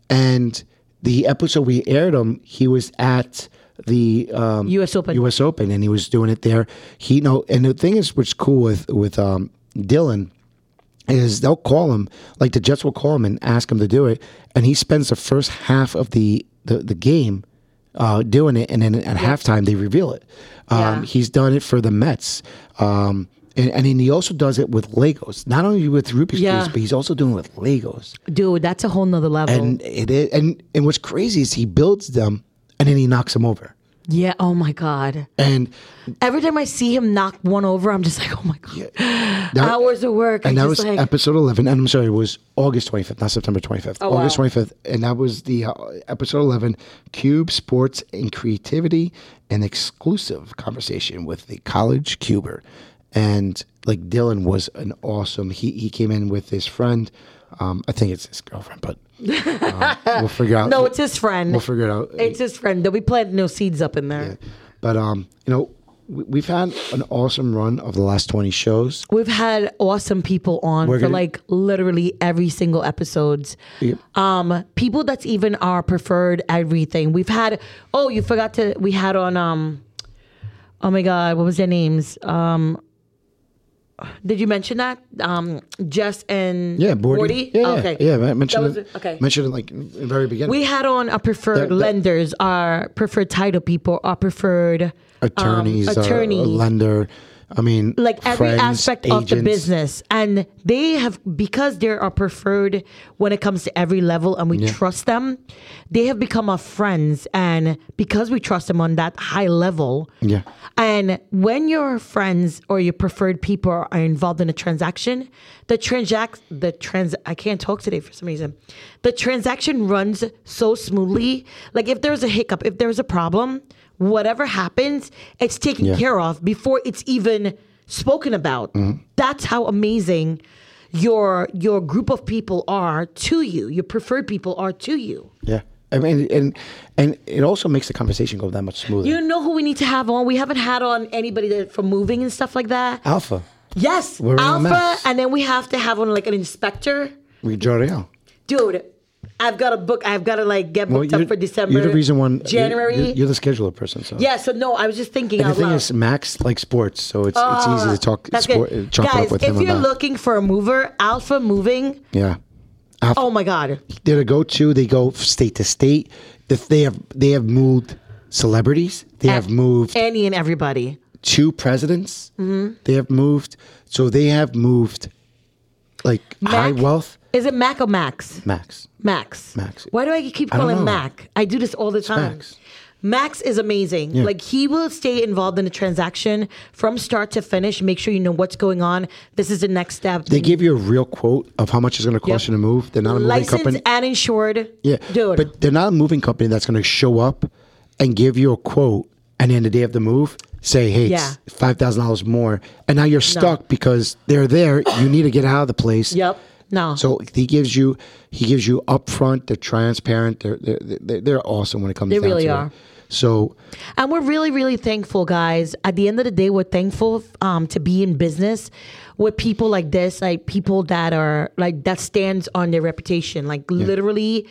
Speaker 1: and the episode we aired him, he was at the um,
Speaker 3: U.S. Open.
Speaker 1: U.S. Open, and he was doing it there. He you know, and the thing is, what's cool with with um, Dylan is they'll call him, like the Jets will call him and ask him to do it, and he spends the first half of the the, the game uh, doing it, and then at halftime they reveal it. Um,
Speaker 3: Yeah.
Speaker 1: He's done it for the Mets. Um, and, and then he also does it with Legos, not only with Rubik's
Speaker 3: Yeah.
Speaker 1: Cubes, but he's also doing it with Legos.
Speaker 3: Dude, that's a whole nother level.
Speaker 1: And it is, and, and what's crazy is he builds them and then he knocks them over.
Speaker 3: yeah. Oh my God.
Speaker 1: And
Speaker 3: Every time I see him knock one over, I'm just like, oh my god,
Speaker 1: that-
Speaker 3: hours of work.
Speaker 1: and
Speaker 3: I
Speaker 1: that
Speaker 3: just
Speaker 1: was
Speaker 3: like,
Speaker 1: episode 11 and i'm sorry it was august 25th not september 25th
Speaker 3: Oh,
Speaker 1: august
Speaker 3: wow.
Speaker 1: 25th and that was the uh, episode 11 cube sports and creativity an exclusive conversation with the college cuber and like dylan was an awesome he, he came in with his friend um, i think it's his girlfriend but um, we'll
Speaker 3: [LAUGHS]
Speaker 1: figure out
Speaker 3: no, it's his friend.
Speaker 1: we'll figure it out
Speaker 3: It's his friend. They'll be planting no seeds up in there.
Speaker 1: but um you know we- We've had an awesome run of the last 20 shows.
Speaker 3: We've had awesome people on
Speaker 1: We're
Speaker 3: for
Speaker 1: gonna-
Speaker 3: like literally every single episodes. Um, people that's even our preferred everything. We've had oh, you forgot to we had on um oh my god, what was their names? Um did you mention that? Um Jess and
Speaker 1: Yeah, Bordy.
Speaker 3: Bordy?
Speaker 1: Yeah,
Speaker 3: okay.
Speaker 1: yeah, I mentioned
Speaker 3: That was-
Speaker 1: it.
Speaker 3: okay.
Speaker 1: Mentioned it like in the very beginning.
Speaker 3: We um, had on our preferred
Speaker 1: That- that-
Speaker 3: lenders, our preferred title people, our preferred
Speaker 1: attorneys,
Speaker 3: um,
Speaker 1: uh,
Speaker 3: attorney,
Speaker 1: a lender. I mean,
Speaker 3: like every
Speaker 1: friends,
Speaker 3: aspect of the
Speaker 1: agents.
Speaker 3: business, and they have because they're our preferred when it comes to every level, and we trust them. They have become our friends, and because we trust them on that high level,
Speaker 1: Yeah.
Speaker 3: and when your friends or your preferred people are involved in a transaction, the transact the trans I can't talk today for some reason. The transaction runs so smoothly. Like if there's a hiccup, if there's a problem, whatever happens, it's taken
Speaker 1: Yeah.
Speaker 3: care of before it's even spoken about. That's how amazing your your group of people are to you. Your preferred people are to you.
Speaker 1: Yeah. I mean, and and it also makes the conversation go that much smoother.
Speaker 3: You know who we need to have on? We haven't had on anybody that from moving and stuff like that.
Speaker 1: Alpha,
Speaker 3: Yes,
Speaker 1: We're in a
Speaker 3: Alpha,
Speaker 1: mess.
Speaker 3: and then we have to have on like an inspector,
Speaker 1: we draw it out.
Speaker 3: dude. I've got a book. I've got to like get booked
Speaker 1: you're-
Speaker 3: up for December.
Speaker 1: You're the reason one.
Speaker 3: January.
Speaker 1: You're, you're the scheduler person. So
Speaker 3: yeah. So no, I was just thinking
Speaker 1: And the
Speaker 3: out
Speaker 1: thing
Speaker 3: loud.
Speaker 1: is, Max likes sports, so it's it's easy to talk
Speaker 3: Oh, That's
Speaker 1: sport,
Speaker 3: good.
Speaker 1: chop it
Speaker 3: Guys,
Speaker 1: up with
Speaker 3: if
Speaker 1: him
Speaker 3: you're
Speaker 1: about.
Speaker 3: looking for a mover, Alpha Moving.
Speaker 1: yeah.
Speaker 3: Oh my God.
Speaker 1: they're the go-to. They go state to state. If they have they have moved celebrities, they have moved
Speaker 3: Any and everybody.
Speaker 1: two presidents.
Speaker 3: Mm-hmm.
Speaker 1: They have moved, so they have moved like high wealth.
Speaker 3: Is it Mac or Max?
Speaker 1: Max,
Speaker 3: Max.
Speaker 1: Max.
Speaker 3: Why do I keep
Speaker 1: I don't
Speaker 3: calling
Speaker 1: know.
Speaker 3: Mac? I do this all the time.
Speaker 1: Max.
Speaker 3: Max is amazing.
Speaker 1: Yeah.
Speaker 3: Like he will stay involved in a transaction from start to finish. Make sure you know what's going on. This is the next step.
Speaker 1: they give you a real quote of how much it's going to cost
Speaker 3: Yep.
Speaker 1: you to move. They're not a moving
Speaker 3: licensed
Speaker 1: company.
Speaker 3: and insured.
Speaker 1: Yeah,
Speaker 3: dude.
Speaker 1: but they're not a moving company that's going to show up and give you a quote, and then the day of the move, say, "Hey,
Speaker 3: Yeah.
Speaker 1: it's five thousand dollars more," and now you're stuck because they're there. You need to get out of the place.
Speaker 3: yep. No.
Speaker 1: So he gives you, he gives you upfront. They're transparent. They're they're, they're, they're awesome when it comes.
Speaker 3: They
Speaker 1: down
Speaker 3: really
Speaker 1: to
Speaker 3: are.
Speaker 1: It. So
Speaker 3: And we're really, really thankful, guys. At the end of the day, we're thankful um, to be in business with people like this, like people that are like that stands on their reputation, like literally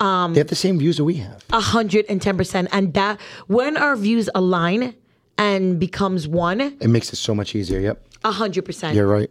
Speaker 1: they have the same views that we have.
Speaker 3: hundred and ten percent. And that when our views align and becomes one,
Speaker 1: It makes it so much easier. Yep,
Speaker 3: hundred percent.
Speaker 1: you're right.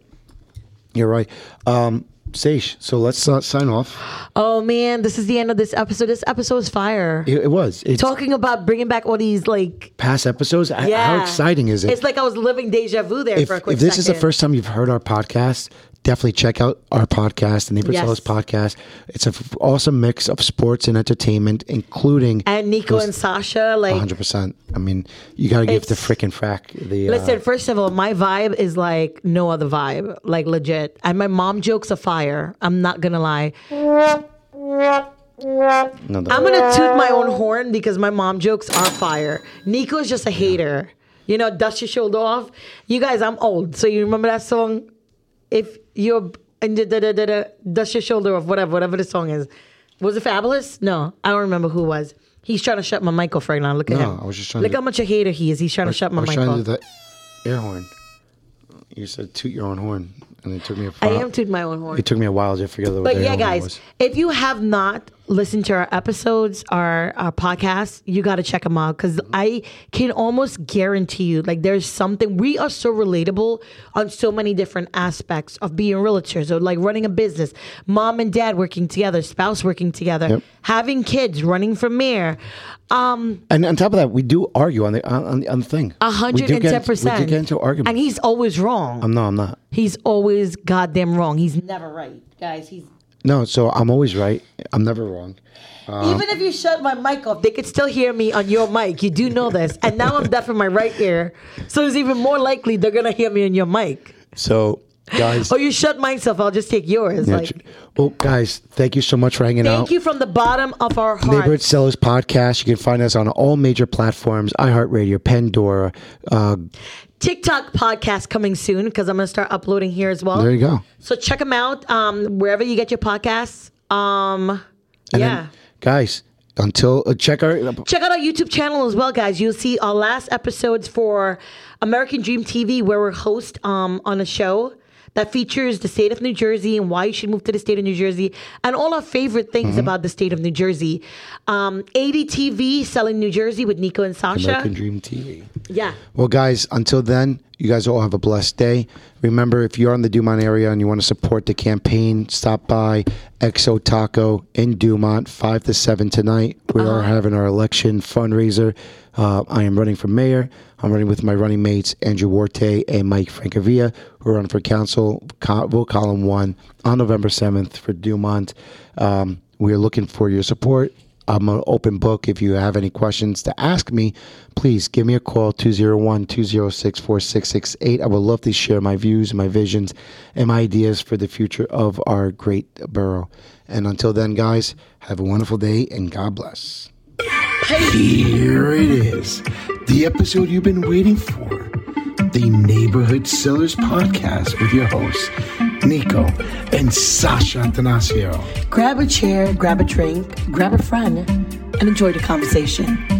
Speaker 1: You're right. Um, Sage, so let's uh, sign off.
Speaker 3: Oh man, this is the end of this episode. This episode is fire.
Speaker 1: It, it was. It's
Speaker 3: Talking about bringing back all these like
Speaker 1: past episodes. I-
Speaker 3: yeah,
Speaker 1: How exciting is it?
Speaker 3: It's like I was living deja vu there
Speaker 1: if,
Speaker 3: for a quick
Speaker 1: if this is the
Speaker 3: second.
Speaker 1: first time you've heard our podcast, definitely check out our podcast, the Neighbor
Speaker 3: Yes.
Speaker 1: Sellers podcast. It's an awesome mix of sports and entertainment, including
Speaker 3: and Nico and Sasha, like
Speaker 1: 100. percent I mean, you got to give the
Speaker 3: It's-
Speaker 1: frickin' frack the. uh,
Speaker 3: Listen, first of all, my vibe is like no other vibe, like legit. And my mom jokes are fire. I'm not gonna lie.
Speaker 1: no, no.
Speaker 3: I'm gonna toot my own horn because my mom jokes are fire. Nico's just a hater. You know, dust your shoulder off. You guys, I'm old, so you remember that song? If you're and da, da, da, da, da, dust your shoulder off, whatever, whatever the song is. Was it fabulous? No, I don't remember who it was. He's trying to shut my mic off right now. Look at
Speaker 1: No,
Speaker 3: him.
Speaker 1: I was just trying
Speaker 3: Look
Speaker 1: to-
Speaker 3: how much a hater he is. He's trying to shut my
Speaker 1: I was
Speaker 3: mic
Speaker 1: trying
Speaker 3: off.
Speaker 1: to do that air horn. You said toot your own horn, and it took me. A
Speaker 3: I
Speaker 1: while.
Speaker 3: am tooting my own horn.
Speaker 1: It took me a while to figure out what
Speaker 3: But
Speaker 1: the air
Speaker 3: yeah,
Speaker 1: horn
Speaker 3: guys,
Speaker 1: was.
Speaker 3: if you have not listened to our episodes, our, our podcast, you got to check them out because I can almost guarantee you, like, there's something. We are so relatable on so many different aspects of being realtors or like running a business, mom and dad working together, spouse working together,
Speaker 1: Yep.
Speaker 3: having kids, running for mayor. Um,
Speaker 1: And on top of that, we do argue on the on, on, the- on the thing. We do get-
Speaker 3: 110%.
Speaker 1: We do get into arguments.
Speaker 3: And he's always wrong.
Speaker 1: no, I'm not.
Speaker 3: he's always goddamn wrong. He's never right, guys. He's
Speaker 1: No, so I'm always right. I'm never wrong. Um,
Speaker 3: Even if you shut my mic off, they could still hear me on your mic. You do know this. And now I'm deaf in my right ear. So it's even more likely they're going to hear me on your mic.
Speaker 1: So, guys.
Speaker 3: Or you shut mine off, I'll just take yours.
Speaker 1: Yeah,
Speaker 3: Oh, like,
Speaker 1: tr- well, guys, thank you so much for hanging
Speaker 3: thank
Speaker 1: out.
Speaker 3: you from the bottom of our
Speaker 1: Neighborhood
Speaker 3: hearts.
Speaker 1: Sellers Podcast. You can find us on all major platforms iHeartRadio, Pandora. Uh,
Speaker 3: TikTok podcast coming soon because I'm going to start uploading here as well.
Speaker 1: there you go.
Speaker 3: So check them out um, wherever you get your podcasts. Um,
Speaker 1: And
Speaker 3: yeah.
Speaker 1: then, guys, until uh, check our.
Speaker 3: Check out our YouTube channel as well, guys. You'll see our last episodes for American Dream TV, where we're host um, on a show that features the state of New Jersey and why you should move to the state of New Jersey and all our favorite things about the state of New Jersey. Um, 80 TV, Selling New Jersey with Nico and Sasha.
Speaker 1: American Dream TV.
Speaker 3: yeah.
Speaker 1: Well, guys, until then, you guys all have a blessed day. Remember, if you're in the Dumont area and you want to support the campaign, stop by Exo Taco in Dumont, 5 to 7 tonight. We are having our election fundraiser. Uh, I am running for mayor. I'm running with my running mates, Andrew Warte and Mike Francavilla. We're running for council, co- vote column one, on November 7th for Dumont. Um, we are looking for your support. I'm an open book. If you have any questions to ask me, please give me a call 201 206 4668. I would love to share my views, my visions, and my ideas for the future of our great borough. And until then, guys, have a wonderful day and God bless. Here it is, the episode you've been waiting for.
Speaker 6: the Neighborhood Sellers Podcast with your hosts, Nico and Sasha Antanasio.
Speaker 2: Grab a chair, grab a drink, grab a friend, and enjoy the conversation.